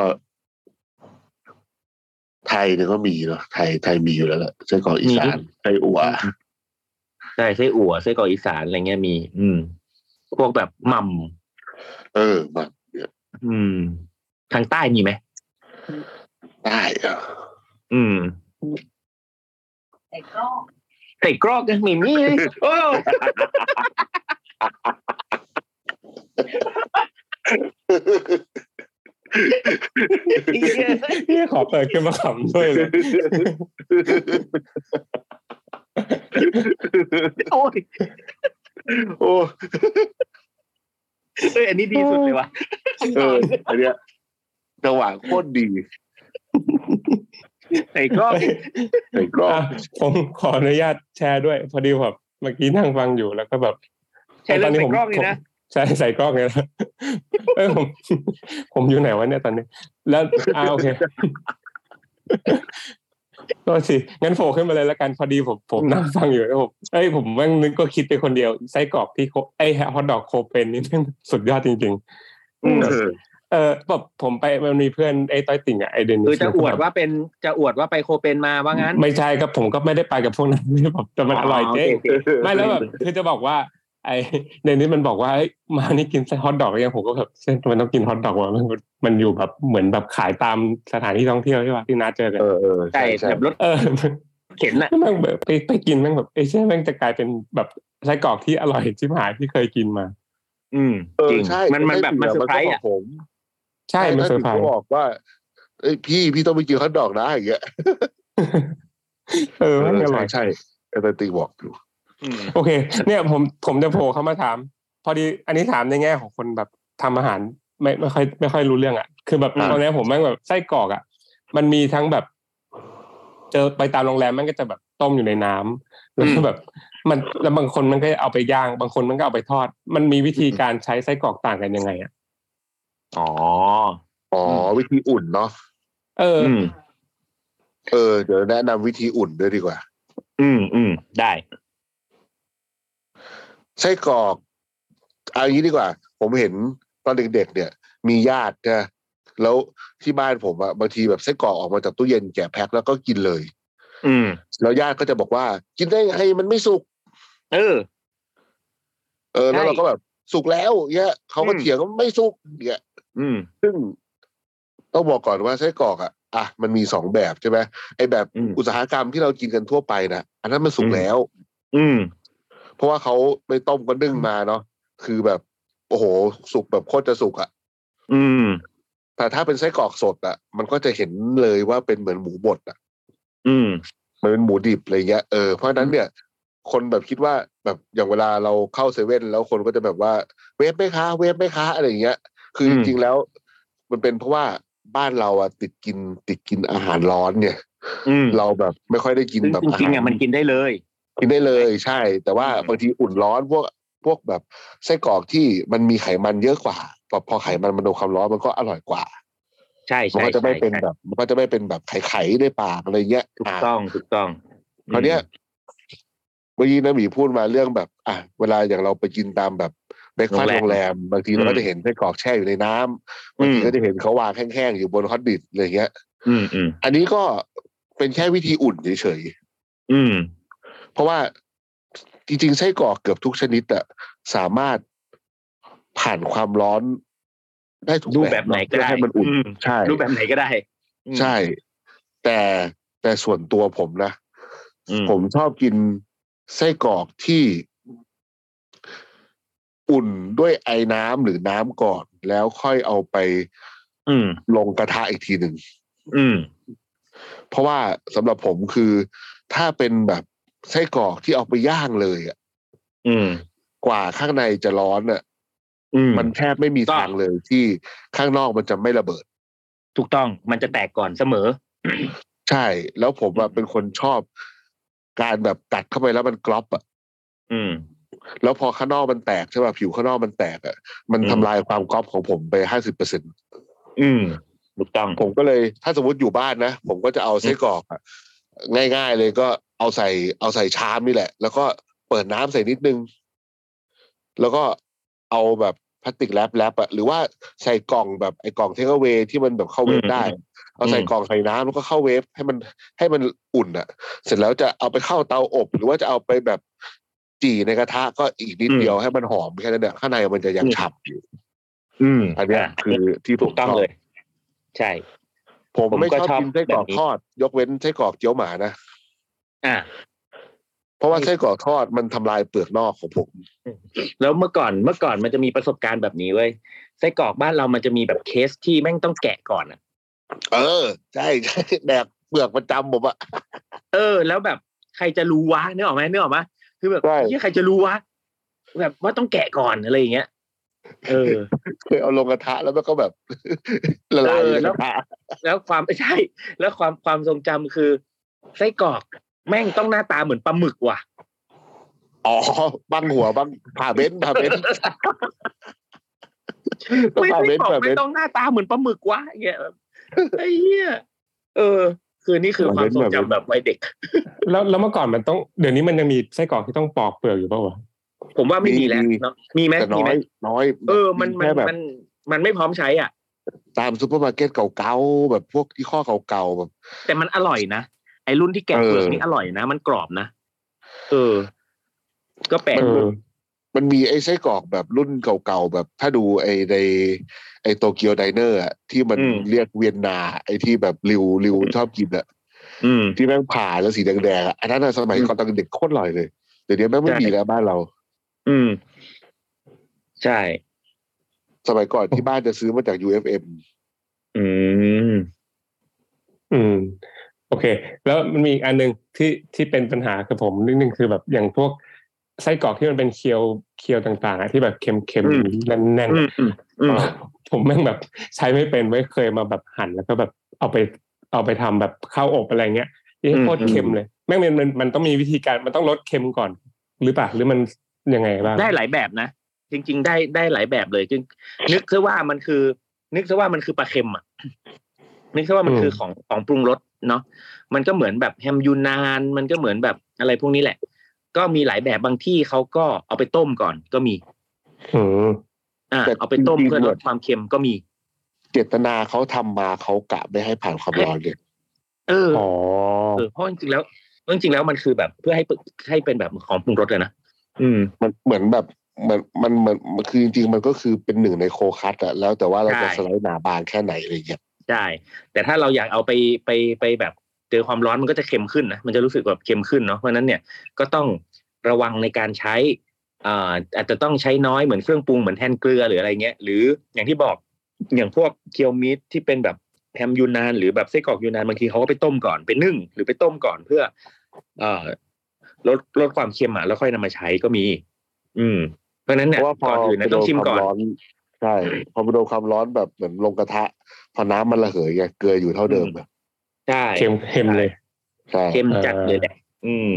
[SPEAKER 4] ไทยเนี่ยก็มีเนาะไทยไทยมีอยู่แล้วแหละไส้กรอกอีสานไส้อั่ว
[SPEAKER 5] ใช่ไส้อั่วไส้กรอกอีสานอะไรเงี้ยมี อืม พวกแบบหม่
[SPEAKER 4] เออมา
[SPEAKER 5] ำอืม ทางใต้มีไหม
[SPEAKER 4] ได้อะ
[SPEAKER 5] อืมใส่กรอกใส่กรอกมีมีโอ้เหี้ย
[SPEAKER 6] พี่ขอเปิดขึ้นมาขำด้วย
[SPEAKER 4] [laughs]
[SPEAKER 6] เลย
[SPEAKER 5] โอ้ย
[SPEAKER 4] โอ้
[SPEAKER 5] เอ้ยอันนี้ดีสุดเลยว่ะ
[SPEAKER 4] เอออันเนี้ยจังหวะโคตรดี
[SPEAKER 5] ใส่กรอก
[SPEAKER 4] ใส่กรอก
[SPEAKER 6] อ่ะผมขออนุญาตแชร์ด้วย พอดีแบบเมื่อกี้นั่งฟังอยู่แล้วก็แบบ
[SPEAKER 5] ใช่เรื่องใส่กรอกนี่
[SPEAKER 6] ผม
[SPEAKER 5] นะ
[SPEAKER 6] ใช่ใส่กล้องเลยนะเออผม ผมอยู่ไหนวะเนี่ยตอนนี้ แล้วอ่าโอเคก็สิงั้นโผล่ขึ้นมาเลยละกันพอดีผมผมนั่งฟังอยู่แล้วผมเอ้ยผมแม่งนึกก็คิดไปคนเดียวไส้กรอกที่โคไอ้ฮอทดอกโคเปนนี่แม่งสุดยอดจริง ๆ
[SPEAKER 4] เออ
[SPEAKER 6] เออแบบผมไปมันมีเพื่อนไอ้ต้อยติ่งอะไอเดน
[SPEAKER 5] คือจะอวดว่าเป็นจะอวดว่าไปโคเปนมาว่างั้น
[SPEAKER 6] ไม่ใช่ครับผมก็ไม่ได้ไปกับพวกนั้น [laughs] แบบแต่มันอร่อยเจ๊
[SPEAKER 5] โอเค
[SPEAKER 6] ไม่แล้วแบบคือจะบอกว่า ไอในนี้มันบอกว่าเอ้ยมานี่กินฮอทดอกยังผมก็แบบเส้นมันต้องกินฮอทดอกวะมันมันอยู่แบบเหมือนแบบขายตามสถานที่ท่องเที่ยวใช่ป่ะที่นัดเจอกัน
[SPEAKER 2] เออเออ
[SPEAKER 5] ใช่แบบรถ
[SPEAKER 6] เออ [laughs]
[SPEAKER 5] เข็นน่ะ
[SPEAKER 6] แม่งแบบไปไปกินแม่งแบบไอ้เช่ยแม่งจะกลายเป็นแบบไส้กรอกที่อร่อยชิบหายที่เคยกินมา
[SPEAKER 5] อืม
[SPEAKER 4] เออ
[SPEAKER 5] จริง
[SPEAKER 4] ใช่
[SPEAKER 5] มันมันแบบมันเซอร์ไพรส์อ่ะ
[SPEAKER 4] ผม
[SPEAKER 6] ใช่มันเซอร์ไพรส์
[SPEAKER 4] เขาบอกว่าเอ้ยพี่พี่ต้องไปกินข้าวดอกนะอย่างเงี้ย
[SPEAKER 6] เออแม่งอร่อย
[SPEAKER 4] ใช่ไอ้ตติงบอกอยู่
[SPEAKER 6] โอเค เนี่ยผมผมจะโผล่เข้ามาถาม พอดีอันนี้ถามในแง่ของคนแบบทำอาหารไม่ไม่ค่อยไม่ค่อยรู้เรื่องอ่ะคือแบบ
[SPEAKER 5] อ่า
[SPEAKER 6] ตอนนี้ผมแม่งแบบไส้กรอกอ่ะมันมีทั้งแบบ เจอไปตามโรงแรมแม่งก็จะแบบต้มอยู่ในน้ำแล้วก็แบบ มันแล้วบางคนมันก็เอาไปย่าง บางคนมันก็เอาไปทอด มันมีวิธีการใช้ไส้กรอกต่างกันยังไงอ่ะ
[SPEAKER 5] อ๋อ
[SPEAKER 4] อ๋อวิธีอุ่นเนาะ
[SPEAKER 6] เออ
[SPEAKER 5] อืม
[SPEAKER 4] เออเดี๋ยวแนะนำวิธีอุ่นด้วยดีกว่า
[SPEAKER 5] อืมอืมได้
[SPEAKER 4] ไส้กรอกเอางี้ดีกว่า ผมเห็นตอนเด็กๆเนี่ย มีญาตินะแล้วที่บ้านผมอะบางทีแบบไส้กรอกออกมาจากตู้เย็นแกะแพ็คแล้วก็กินเลย
[SPEAKER 5] อืม
[SPEAKER 4] แล้วญาติก็จะบอกว่า กินได้ไงมันไม่สุก
[SPEAKER 5] เออ
[SPEAKER 4] เออแล้ว
[SPEAKER 5] ใช่
[SPEAKER 4] เราก็แบบสุกแล้วเงี้ยเขาก็
[SPEAKER 5] อืม
[SPEAKER 4] เถียงว่าไม่สุกเงี้ย
[SPEAKER 5] อืม
[SPEAKER 4] ซึ่งต้องบอกก่อนว่าไส้กรอกอะอ่ะมันมีสองแบบใช่ไหมไอแบบ
[SPEAKER 5] อืม
[SPEAKER 4] อุตสาหกรรมที่เรากินกันทั่วไปนะอันนั้นมันสุกแล้ว
[SPEAKER 5] อืม
[SPEAKER 4] เพราะว่าเขาไปต้มก็นึ่งมาเนาะคือแบบ โอ้โห สุกแบบโคตรจะสุกอะ
[SPEAKER 5] อืม
[SPEAKER 4] แต่ถ้าเป็นไส้กรอกสดอ่ะ มันก็จะเห็นเลยว่าเป็นเหมือนหมูบดอ่ะ
[SPEAKER 5] อืม
[SPEAKER 4] มันเป็นหมูดิบอะไรเงี้ยเออเพราะฉะนั้นเนี่ย คนแบบคิดว่าแบบอย่างเวลาเราเข้าเซเว่นแล้วคนก็จะแบบว่าเวฟไหมคะ เวฟไหมคะอะไรเงี้ย คืออ
[SPEAKER 5] ม
[SPEAKER 4] จริงๆแล้ว มันเป็นเพราะว่าบ้านเราอ่ะติดกินติดกินอาหารร้อนเนี่ย
[SPEAKER 5] อืม
[SPEAKER 4] เราแบบไม่ค่อยได้กิน
[SPEAKER 5] ซึ่ง
[SPEAKER 4] แบบ
[SPEAKER 5] จ
[SPEAKER 4] อา
[SPEAKER 5] ริง
[SPEAKER 4] หาร
[SPEAKER 5] ๆอ่ะมันกินได้เลย
[SPEAKER 4] กินได้เลยใช่ แต่ว่า
[SPEAKER 5] อืม
[SPEAKER 4] บางทีอุ่นร้อนพวกพวกแบบไส้กรอกที่มันมีไขมันเยอะกว่าพอพอไขมันมันโดนความร้อนมันก็อร่อยกว่า
[SPEAKER 5] ใช่
[SPEAKER 4] มัน
[SPEAKER 5] ใช่
[SPEAKER 4] ก็จะไม่เป็น
[SPEAKER 5] ใช่
[SPEAKER 4] แบบมันก็จะไม่เป็นแบบไข่ๆในปากอะไรเงี้ย
[SPEAKER 5] ถูก
[SPEAKER 4] อ่ะ
[SPEAKER 5] ต้องถูกต้อง
[SPEAKER 4] คราวเนี้ยเมื่อกี้นะหมีพูดมาเรื่องแบบ อ่ะเวลาอย่างเราไปกินตามแบบเบรคฟาสต์โรงแรม บางทีเราก็จะเห็นไส้กรอกแช่อยู่ในน้ำบางทีก็จะเห็นเขาวางแห้งๆอยู่บนฮอตดิสอะไรเงี้ย
[SPEAKER 5] อืมอืม
[SPEAKER 4] อันนี้ก็เป็นแค่วิธีอุ่นเฉย
[SPEAKER 5] อืม
[SPEAKER 4] ๆเพราะว่าจริงๆไส้กรอกเกือบทุกชนิดอะสามารถผ่านความร้อนได้ทุก
[SPEAKER 5] รูปแบบ
[SPEAKER 4] เอะ
[SPEAKER 5] ไหนก็
[SPEAKER 4] เพื่อ
[SPEAKER 5] ได้
[SPEAKER 4] ให้มันอุ่น
[SPEAKER 5] อืม
[SPEAKER 4] ใช่
[SPEAKER 5] รูปแบบไหนก็ได้อืม
[SPEAKER 4] ใช่ แต่แต่ส่วนตัวผมนะ
[SPEAKER 5] อืม
[SPEAKER 4] ผมชอบกินไส้กรอกที่อุ่นด้วยไอ้น้ำหรือน้ำก่อน แล้วค่อยเอาไป
[SPEAKER 5] อืม
[SPEAKER 4] ลงกระทะอีกทีหนึ่ง
[SPEAKER 5] อืม
[SPEAKER 4] เพราะว่าสำหรับผมคือถ้าเป็นแบบไส้กรอกที่เอาไปย่างเลยอะ
[SPEAKER 5] อืม
[SPEAKER 4] กว่าข้างในจะร้อนอ่ะ
[SPEAKER 5] อืม
[SPEAKER 4] มันแทบไม่มี
[SPEAKER 5] ก็
[SPEAKER 4] ทางเลยที่ข้างนอกมันจะไม่ระเบิด
[SPEAKER 5] ถูกต้องมันจะแตกก่อนเสมอ
[SPEAKER 4] ใช่ แล้วผมอะเป็นคนชอบการแบบกัดเข้าไปแล้วมันกรอบอะ
[SPEAKER 5] อืม
[SPEAKER 4] แล้วพอข้างนอกมันแตกใช่ป่ะผิวข้างนอกมันแตกอ่ะมัน
[SPEAKER 5] อืม
[SPEAKER 4] ทำลายความกรอบของผมไปห้าสิบเปอร์เซ็น
[SPEAKER 5] อืมถูกต้อง
[SPEAKER 4] ผมก็เลย ถ้าสมมติอยู่บ้านนะ ผมก็จะเอาไส้กรอกอ่ะง่าย ๆ เลยก็เอาใส่เอาใส่ชามนี่แหละ แล้วก็เปิดน้ำใส่นิดนึง แล้วก็เอาแบบพลาสติกแรปแรปอะหรือว่าใส่กล่องแบบไอ้กล่องเทคเวที่มันแบบเข้าเวฟได้
[SPEAKER 5] อืม
[SPEAKER 4] เอาใส่
[SPEAKER 5] อืม
[SPEAKER 4] กล่องใส่น้ำแล้วก็เข้าเวฟให้มันให้มันอุ่นอ่ะ เสร็จแล้วจะเอาไปเข้าเตาอบ หรือว่าจะเอาไปแบบจี่ในกระทะก็อีกนิดเดียวให้มันหอมแค่นั้นแหละข้างในมันจะยังฉ่ำอยู่
[SPEAKER 5] อืม
[SPEAKER 4] อันเนี้ยคือที่ผ
[SPEAKER 5] ถู
[SPEAKER 4] ม
[SPEAKER 5] กต้อง
[SPEAKER 4] ชบ
[SPEAKER 5] เลย ใช่
[SPEAKER 4] ผมไม่
[SPEAKER 5] ผมก็
[SPEAKER 4] ชอบกิน
[SPEAKER 5] ชอบ
[SPEAKER 4] ไส้กรอก
[SPEAKER 5] แบบนี้
[SPEAKER 4] ทอด ยกเว้นไส้กรอกเจียวหมานะ
[SPEAKER 5] อ่ะ
[SPEAKER 4] เพราะว่า
[SPEAKER 5] อืม
[SPEAKER 4] ไส้กรอกทอดมันทำลายเปลือกนอกของผม
[SPEAKER 5] แล้วเมื่อก่อนเมื่อก่อนมันจะมีประสบการณ์แบบนี้เว้ยไส้กรอกบ้านเรามันจะมีแบบเคสที่แม่งต้องแกะก่อนอ่ะ
[SPEAKER 4] เออใช่ใช่แดกเปลือกประจำผมอะ
[SPEAKER 5] เออ แล้วแบบใครจะรู้วะนึกออกไหมนึกออกไหมคือแบบ
[SPEAKER 4] ใช่
[SPEAKER 5] ที่ใครจะรู้วะแบบว่าต้องแกะก่อนอะไรอย่างเงี้ยเออ
[SPEAKER 4] เคยเอาลงกระทะแล้วมันก็แบบ [laughs] ละลายอยู่ในกระทะ
[SPEAKER 5] แล้วความ [laughs] ใช่ แล้วความความทรงจำคือไส้กรอกแม่งต้องหน้าตาเหมือนปลาหมึกว่ะ
[SPEAKER 4] อ๋อบังหัวบังผ่าเบ้นผ่าเบ้น
[SPEAKER 5] ไม่
[SPEAKER 4] ผ่า
[SPEAKER 5] ไม่
[SPEAKER 4] เบ้น
[SPEAKER 5] บอก
[SPEAKER 4] ผ่า
[SPEAKER 5] ไม่
[SPEAKER 4] เบ้น
[SPEAKER 5] ต้องหน้าตาเหมือนปลาหมึกวะเงี้ยแบบ [laughs] ไอ้เหี้ยเออ คือนี่คือความทรงจำแบบวัยเด็ก
[SPEAKER 6] แล้วแล้วเมื่อก่อนมันต้องเดี๋ยวนี้มันยังมีไส้กรอกที่ต้องปอกเปลือกอยู่เปล่าวะ
[SPEAKER 5] ผมว่าไม่มีแล้ว
[SPEAKER 4] มี
[SPEAKER 5] เนาะมีไหม
[SPEAKER 4] แต่
[SPEAKER 5] มี
[SPEAKER 4] น้อ
[SPEAKER 5] ไหม
[SPEAKER 4] ยน้อย
[SPEAKER 5] เออมันมัน
[SPEAKER 4] แค่แบบ
[SPEAKER 5] มันมันไม่พร้อมใช้อ่ะ
[SPEAKER 4] ตามซูเปอร์มาร์เก็ตเก่าๆแบบพวกที่ข้อเก่าๆแบบ
[SPEAKER 5] แต่มันอร่อยนะไอรุ่นที่แกะเปลือกนี่อร่อยนะ มันกรอบนะเออ ก็แปลก
[SPEAKER 6] เออ
[SPEAKER 4] มันมีไอ้ไส้กรอกแบบรุ่นเก่าๆแบบถ้าดูไอ้ในไอ้โตเกียวไดเนอร์อะที่มันเรียกเวียนนา ไอ้ที่แบบริวริวชอบกินอะ
[SPEAKER 5] อืม
[SPEAKER 4] ที่แม่งผ่าแล้วสีแดงๆอะอันนั้นอะสมัย
[SPEAKER 5] อืม
[SPEAKER 4] ก่อนตอนเด็กโคตรอร่อยเลยเดี๋ยวนี้แม่งไม่
[SPEAKER 5] ใช่
[SPEAKER 4] มีแล้วบ้านเรา
[SPEAKER 5] อืม ใช่
[SPEAKER 4] สมัย
[SPEAKER 5] [laughs]
[SPEAKER 4] ก่อนที่บ้านจะซื้อมาจาก UFM
[SPEAKER 5] อืม
[SPEAKER 6] อืม โอเค แล้วมันมีอีกอันหนึ่งที่ที่เป็นปัญหาคือผมนิดนึงคือแบบอย่างพวกไส้กรอกที่มันเป็นเคียวเคียวต่างๆอะที่แบบเค็ม
[SPEAKER 5] อืม
[SPEAKER 6] ๆแน่นๆ
[SPEAKER 5] อื
[SPEAKER 6] อะ
[SPEAKER 5] มอืมอืม
[SPEAKER 6] ผมแม่งแบบใช้ไม่เป็นไว้ยเคยมาแบบหั่นแล้วก็แบบเอาไปเอาไปทำแบบข้าวอบอะไรเงี้ยนี่
[SPEAKER 5] อืม
[SPEAKER 6] โคตรเค็มเลย แม่งมันมันมันต้องมีวิธีการมันต้องลดเค็มก่อน หรือเปล่าหรือมันยังไงบ้าง
[SPEAKER 5] ได้หลายแบบนะ จริง ๆ ได้ได้หลายแบบเลยจึงนึกซะว่ามันคือ นึกซะว่ามันคือปลาเค็มอ่ะ [coughs] นึกซะว่ามันคือของของปรุงรสเนาะมันก็เหมือนแบบแฮมยูนาน มันก็เหมือนแบบอะไรพวกนี้แหละ ก็มีหลายแบบบางที่เขาก็เอาไปต้มก่อน ก็มี
[SPEAKER 6] อืม
[SPEAKER 5] อ่า
[SPEAKER 4] แต่
[SPEAKER 5] เอาไปต้ม
[SPEAKER 4] จริงๆ
[SPEAKER 5] เพื่อลด
[SPEAKER 4] เนี่ย
[SPEAKER 5] ความเค็มก็มี
[SPEAKER 4] เจตนาเขาทำมาเขากะไม่ให้ผ่านความร้อน
[SPEAKER 5] [laughs]
[SPEAKER 4] เลย
[SPEAKER 5] เออ
[SPEAKER 6] อ๋อ
[SPEAKER 5] เออเพราะจริงๆแล้วจริงๆแล้วมันคือแบบเพื่อให้ปรุให้เป็นแบบของปรุงรสเลยนะอืม
[SPEAKER 4] มันเหมือนแบบมันมันเหมือนมันคือจริงๆ มันก็คือเป็นหนึ่งในโคคัสอะแล้วแต่ว่าเราจะ
[SPEAKER 5] ใช่
[SPEAKER 4] สไลด์หนาบางแค่ไหนอะไรเงี้ย
[SPEAKER 5] ใช่แต่ถ้าเราอยากเอาไปไปไปแบบเจอความร้อนมันก็จะเค็มขึ้นนะมันจะรู้สึกแบบเค็มขึ้นเนาะเพราะฉะนั้นเนี่ยก็ต้องระวังในการใช้อ่าอาจจะต้องใช้น้อยเหมือนเครื่องปรุงเหมือนแทนเกลือหรืออะไรเงี้ย หรืออย่างที่บอกอย่างพวกเคียวมิตที่เป็นแบบแฮมยูนานหรือแบบไส้กรอกยูนานบางทีเขาก็ไปต้มก่อนไปนึ่ง หรือไปต้มก่อนเพื่อเอ่อลดลดความเค็มอ่ะแล้วค่อยนำมาใช้ก็มี อืม เพราะฉะนั้น
[SPEAKER 4] เพ
[SPEAKER 5] เนี่ย
[SPEAKER 4] ราะว่าพอ
[SPEAKER 5] ก่อนอื่น
[SPEAKER 4] ไป
[SPEAKER 5] นะ
[SPEAKER 4] โด
[SPEAKER 5] ต้อน งชิม
[SPEAKER 4] ความ
[SPEAKER 5] ก่อน
[SPEAKER 4] ร้อนใช่พอไปโดนความร้อนแบบเหมือนลงกระทะ พอน้ำมันระเหยไงเกลืออยู่เท่าเดิมอะ
[SPEAKER 5] ใช่
[SPEAKER 6] เค็มเค็มเลย
[SPEAKER 4] ใช่
[SPEAKER 5] เค็มจัดเลยแหละอืม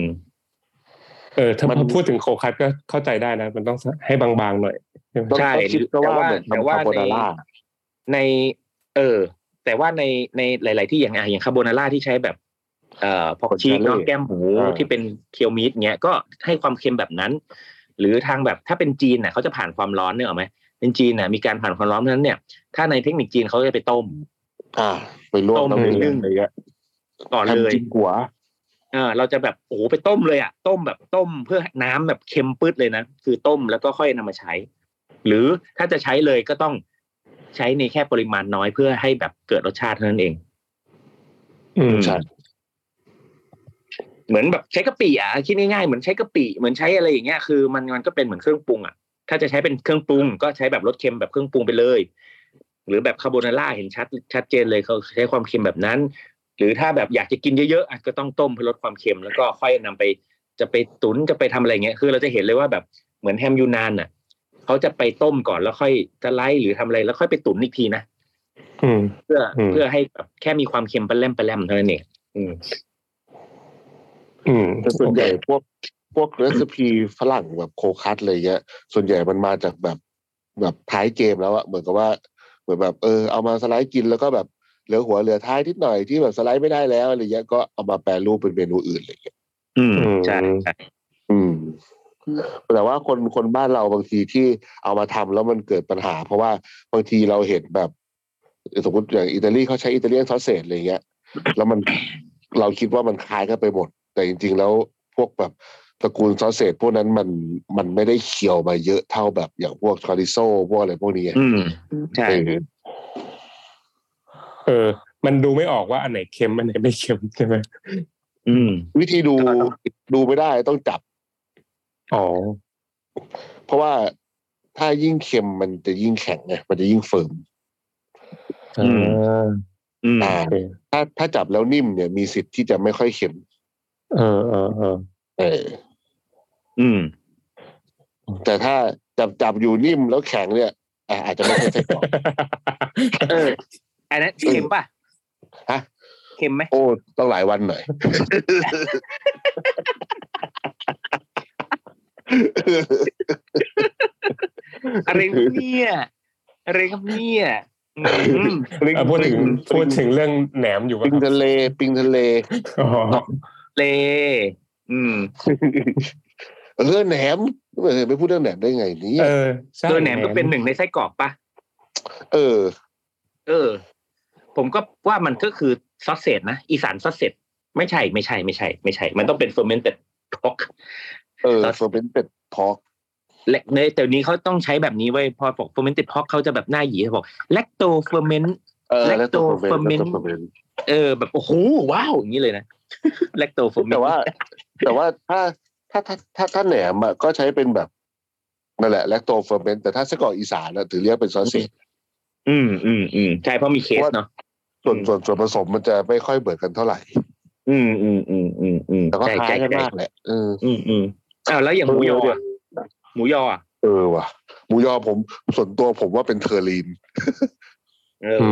[SPEAKER 6] เออ ถ้า
[SPEAKER 4] มัน
[SPEAKER 6] พูดถึงโคคัสก็เข้าใจได้นะ มันต้องให้บางๆหน่อยใช่ไหม
[SPEAKER 4] ต้อง
[SPEAKER 5] ใช่
[SPEAKER 4] ต้องคิดซะ
[SPEAKER 5] แต่
[SPEAKER 4] ว่า
[SPEAKER 5] ว่า
[SPEAKER 4] เหมือนทำคาโบ
[SPEAKER 5] แต่ว่าใน
[SPEAKER 4] นาร่า
[SPEAKER 5] ใน เออ แต่ว่าในในหลาย ๆ ที่อย่างอ่ะอย่างคาโบนาร่าที่ใช้แบบ เอ่อพอกชีส
[SPEAKER 4] คนชา
[SPEAKER 5] เนาะ
[SPEAKER 4] เล่
[SPEAKER 5] แก้มหมู
[SPEAKER 4] อ่า
[SPEAKER 5] ที่เป็นเคียวมีดเนี้ยก็ให้ความเค็มแบบนั้น หรือทางแบบถ้าเป็นจีนน่ะเขาจะผ่านความร้อนเนี่ยหรอกไหมเป็นจีนน่ะมีการผ่านความร้อนเพราะฉะนั้นเนี่ยถ้าในเทคนิคจีนเขาจะไปต้ม
[SPEAKER 4] อ่าไปลวก
[SPEAKER 5] ต้ม
[SPEAKER 4] น้ำ
[SPEAKER 5] หรื
[SPEAKER 4] เดื
[SPEAKER 5] อนึ่
[SPEAKER 4] อง ดอะไรเงี้ย
[SPEAKER 5] ก่อนเลย
[SPEAKER 4] ทำจิ้มกัว
[SPEAKER 5] เออเราจะแบบโอ้โหไปต้มเลยอ่ะต้มแบบต้มเพื่อน้ำแบบเค็มปื๊ดเลยนะคือต้มแล้วก็ค่อยนำมาใช้ หรือถ้าจะใช้เลยก็ต้องใช้ในแค่ปริมาณน้อยเพื่อให้แบบเกิดรสชาติเท่านั้นเอง
[SPEAKER 6] อืม
[SPEAKER 4] ใช่
[SPEAKER 5] เหมือนแบบใช้กะปิอ่ะคิดง่ายๆเหมือนใช้กะปิเหมือนใช้อะไรอย่างเงี้ยคือมันมันก็เป็นเหมือนเครื่องปรุงอ่ะถ้าจะใช้เป็นเครื่องปรุง ก็ใช้แบบรสเค็มแบบเครื่องปรุงไปเลย หรือแบบคาโบนาร่าเห็นชัดชัดเจนเลยเขาใช้ความเค็มแบบนั้น หรือถ้าแบบอยากจะกินเยอะๆอ่ะก็ต้องต้มเพื่อลดความเค็มแล้วก็ค่อยนำไป จะไปตุนจะไปทำอะไรอย่างเงี้ยคือเราจะเห็นเลยว่าแบบเหมือนแฮมยูนานอ่ะเขาจะไปต้มก่อนแล้วค่อยจะไล่หรือทำอะไรแล้วค่อยไปตุนอีกทีนะ
[SPEAKER 6] อืม
[SPEAKER 5] เพื่อ
[SPEAKER 6] อืม
[SPEAKER 5] เพื่อให้แบบแค่มีความเค็มปะแลมปะแลมเท่านั้นเองอืม
[SPEAKER 6] อืม
[SPEAKER 4] แต่ส่วนใหญ่พวกพวกเรซิปีฝรั่งแบบโคคัสอะไรเงี้ย ส่วนใหญ่มันมาจากแบบแบบท้ายเกมแล้วอะเหมือนกับว่าเหมือนแบบเออเอามาสไลด์กินแล้วก็แบบเหลือหัวเหลือท้ายนิดหน่อยที่แบบสไลด์ไม่ได้แล้วอะไรเงี้ยก็เอามาแปรรูปเป็นเมนูอื่นอะไรเงี้ย
[SPEAKER 5] อืมใช่ใช่
[SPEAKER 4] อืม แต่ว่าคนคนบ้านเราบางทีที่เอามาทำแล้วมันเกิดปัญหา เพราะว่าบางทีเราเห็นแบบสมมติอย่างอิตาลีเขาใช้อิตาเลียนซอสเศษอะไรเงี้ย แล้วมันเราคิดว่ามันคล้ายกันไปหมด แต่จริง ๆ แล้วพวกแบบตระกูลซอสเศษพวกนั้นมันมันไม่ได้เคี่ยวมาเยอะเท่าแบบอย่างพวกชอริโซพวกอะไรพวกนี้
[SPEAKER 5] อืมใช่
[SPEAKER 4] เออ
[SPEAKER 6] เออ มันดูไม่ออกว่าอันไหนเค็มอันไหนไม่เค็มใช่ไหม
[SPEAKER 5] อืม
[SPEAKER 4] วิธีดูดูไม่ได้ต้องจับ
[SPEAKER 6] อ๋อ
[SPEAKER 4] เพราะว่าถ้ายิ่งเค็มมันจะยิ่งแข็งไงมันจะยิ่งเฟิร์ม
[SPEAKER 5] อืม
[SPEAKER 6] า
[SPEAKER 5] อืม
[SPEAKER 4] อ่า
[SPEAKER 6] โอเค
[SPEAKER 4] ถ้าถ้าจับแล้วนิ่มเนี่ยมีสิทธิ์ที่จะไม่ค่อยเค็ม
[SPEAKER 6] เออเออเออ
[SPEAKER 4] เออ
[SPEAKER 5] อืม
[SPEAKER 4] แต่ถ้าจับจับอยู่นิ่มแล้วแข็งเนี่ยอ่ะอาจจะไม่ใช่ไส้กรอก
[SPEAKER 5] เออ อันนั้นเค็มป่ะ
[SPEAKER 4] ฮะ
[SPEAKER 5] เค็มไหม
[SPEAKER 4] โอ้ต้องหลายวันหน่อย
[SPEAKER 5] อะไรเนี่ยอะไรครับเนี่ยอืม
[SPEAKER 6] เอ่อพูดถึง
[SPEAKER 4] ปริงปริง
[SPEAKER 6] พูดถึงเรื่องแหนมอยู่ป่ะ
[SPEAKER 4] ปิง
[SPEAKER 6] ครับ
[SPEAKER 4] ทะเลปิงทะเล
[SPEAKER 6] อ๋อ
[SPEAKER 5] เล อืม
[SPEAKER 4] เออแหนมเออไม่พูดเรื่องแหนมได้ไงนี่
[SPEAKER 6] เออใช่
[SPEAKER 5] เออแหนมก็เป็นหนึ่งในไส้กรอกป่ะ
[SPEAKER 4] เออ
[SPEAKER 5] เออ ผมก็ว่ามันก็คือซอสเซตนะอีสานซอสเซตไม่ใช่ไม่ใช่ไม่ใช่ ไม่ใช่ มันต้องเป็นเฟอร์เมนต์ d ็ o พอก
[SPEAKER 4] เออ
[SPEAKER 5] ตอน
[SPEAKER 4] เฟอร์เมนต์เป็ดพอก
[SPEAKER 5] และในแต่นี้เขาต้องใช้แบบนี้ไว้ยพอบอกเฟอร์เมนต์ d ็ o พอกเขาจะแบบหน้าหยีเขาบอกแลคโตเฟอร์เมนต์
[SPEAKER 4] เออ
[SPEAKER 5] Lacto
[SPEAKER 4] และตัวเฟอร์เมน
[SPEAKER 5] ferment
[SPEAKER 4] ต์
[SPEAKER 5] เออแบบโอ้โหว้าวอย่างนี้เลยนะแลคโตเฟอร์เมนต์
[SPEAKER 4] แต่ว่า แต่ว่าถ้าถ้าถ้าถ้าถ้าแหนมอะก็ใช้เป็นแบบนั่นแหละและตัวเฟอร์เมนต์แต่ถ้าไส้กรอกอีสานอะถือเรียกเป็นซอสเซจ
[SPEAKER 5] อืมอืมอืมใช่เพราะมีเคสเนาะ
[SPEAKER 4] ส่วนส่วนส่วนผสมมันจะไม่ค่อยเบิดกันเท่าไหร่
[SPEAKER 5] อืมอืมอืมอืมอืม
[SPEAKER 4] แต่ก็
[SPEAKER 5] ใช่
[SPEAKER 4] คล้า
[SPEAKER 5] ใช่
[SPEAKER 4] ยกัน
[SPEAKER 5] ใช่
[SPEAKER 4] มากแหละเออ
[SPEAKER 5] อืมอืมอ้าวแล้วอย่างหมู
[SPEAKER 4] เอ
[SPEAKER 5] ยอ
[SPEAKER 4] อเดี๋ยว
[SPEAKER 5] อะหมูยออะ
[SPEAKER 4] เออว่ะหมูยอผมส่วนตัวผมว่าเป็นเทอร์ลีน
[SPEAKER 5] เออ
[SPEAKER 6] อื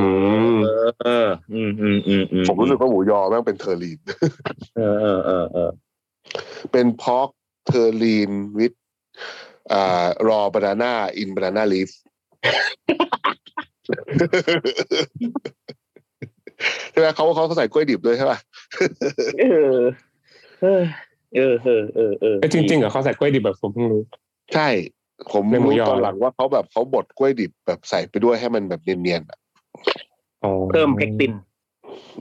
[SPEAKER 6] ม
[SPEAKER 5] อเอออืมอืมอืมอืม
[SPEAKER 4] ผมรู้สึกว่าหมูยอแม่งเป็นเทอร์ลีน
[SPEAKER 5] เออเออเออเออ
[SPEAKER 4] เป็นพอกเทอร์ลีนวิดอ่ารอบานาน่าอินบานาน่าลีฟ [laughs] ใช่ไหมเขาเขาใส่กล้วยดิบด้วยใช่ป่ะ
[SPEAKER 5] เออเออเออเออเออเออ
[SPEAKER 6] เอ้ยจริงๆเหรอเขาใส่กล้วยดิบแบบผมเพิ่งรู้
[SPEAKER 4] ใช่ ผม
[SPEAKER 6] เป็นหมู
[SPEAKER 4] รู้
[SPEAKER 6] ยอ
[SPEAKER 4] ตอนหลังว่าเขาแบบเขาบดกล้วยดิบแบบใส่ไปด้วยให้มันแบบเนียนๆอะ
[SPEAKER 6] อ๋อ
[SPEAKER 5] เพิ่มเพกติน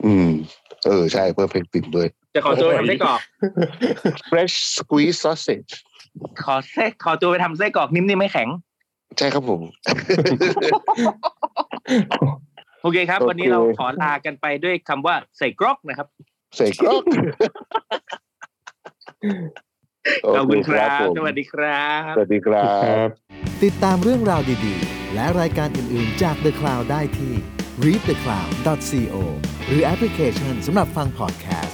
[SPEAKER 4] อืม เออ ใช่เพิ่มเฟกติดด้วย
[SPEAKER 5] จะขอตัวไปทำไส้กรอก
[SPEAKER 4] fresh squeeze sausage
[SPEAKER 5] ขอเส้ขอตัวไปทำไส้กรอกนิ่มๆไม่แข็ง
[SPEAKER 4] ใช่ครับผม
[SPEAKER 5] โอเคครับ
[SPEAKER 4] โอเค
[SPEAKER 5] วันนี้เราขอลากันไปด้วยคำว่าใส่กรอกนะครับ
[SPEAKER 4] ใส่กรอก
[SPEAKER 5] ขอบคุณครับ
[SPEAKER 4] โอเ
[SPEAKER 5] สวัสดีครับ
[SPEAKER 4] สวัสดีครั
[SPEAKER 6] ครับ บ
[SPEAKER 1] ติดตามเรื่องราวดีๆ และรายการอื่น ๆ จาก The Cloud ได้ที่ readthecloud.co หรือแอปพลิเคชันสำหรับฟัง podcast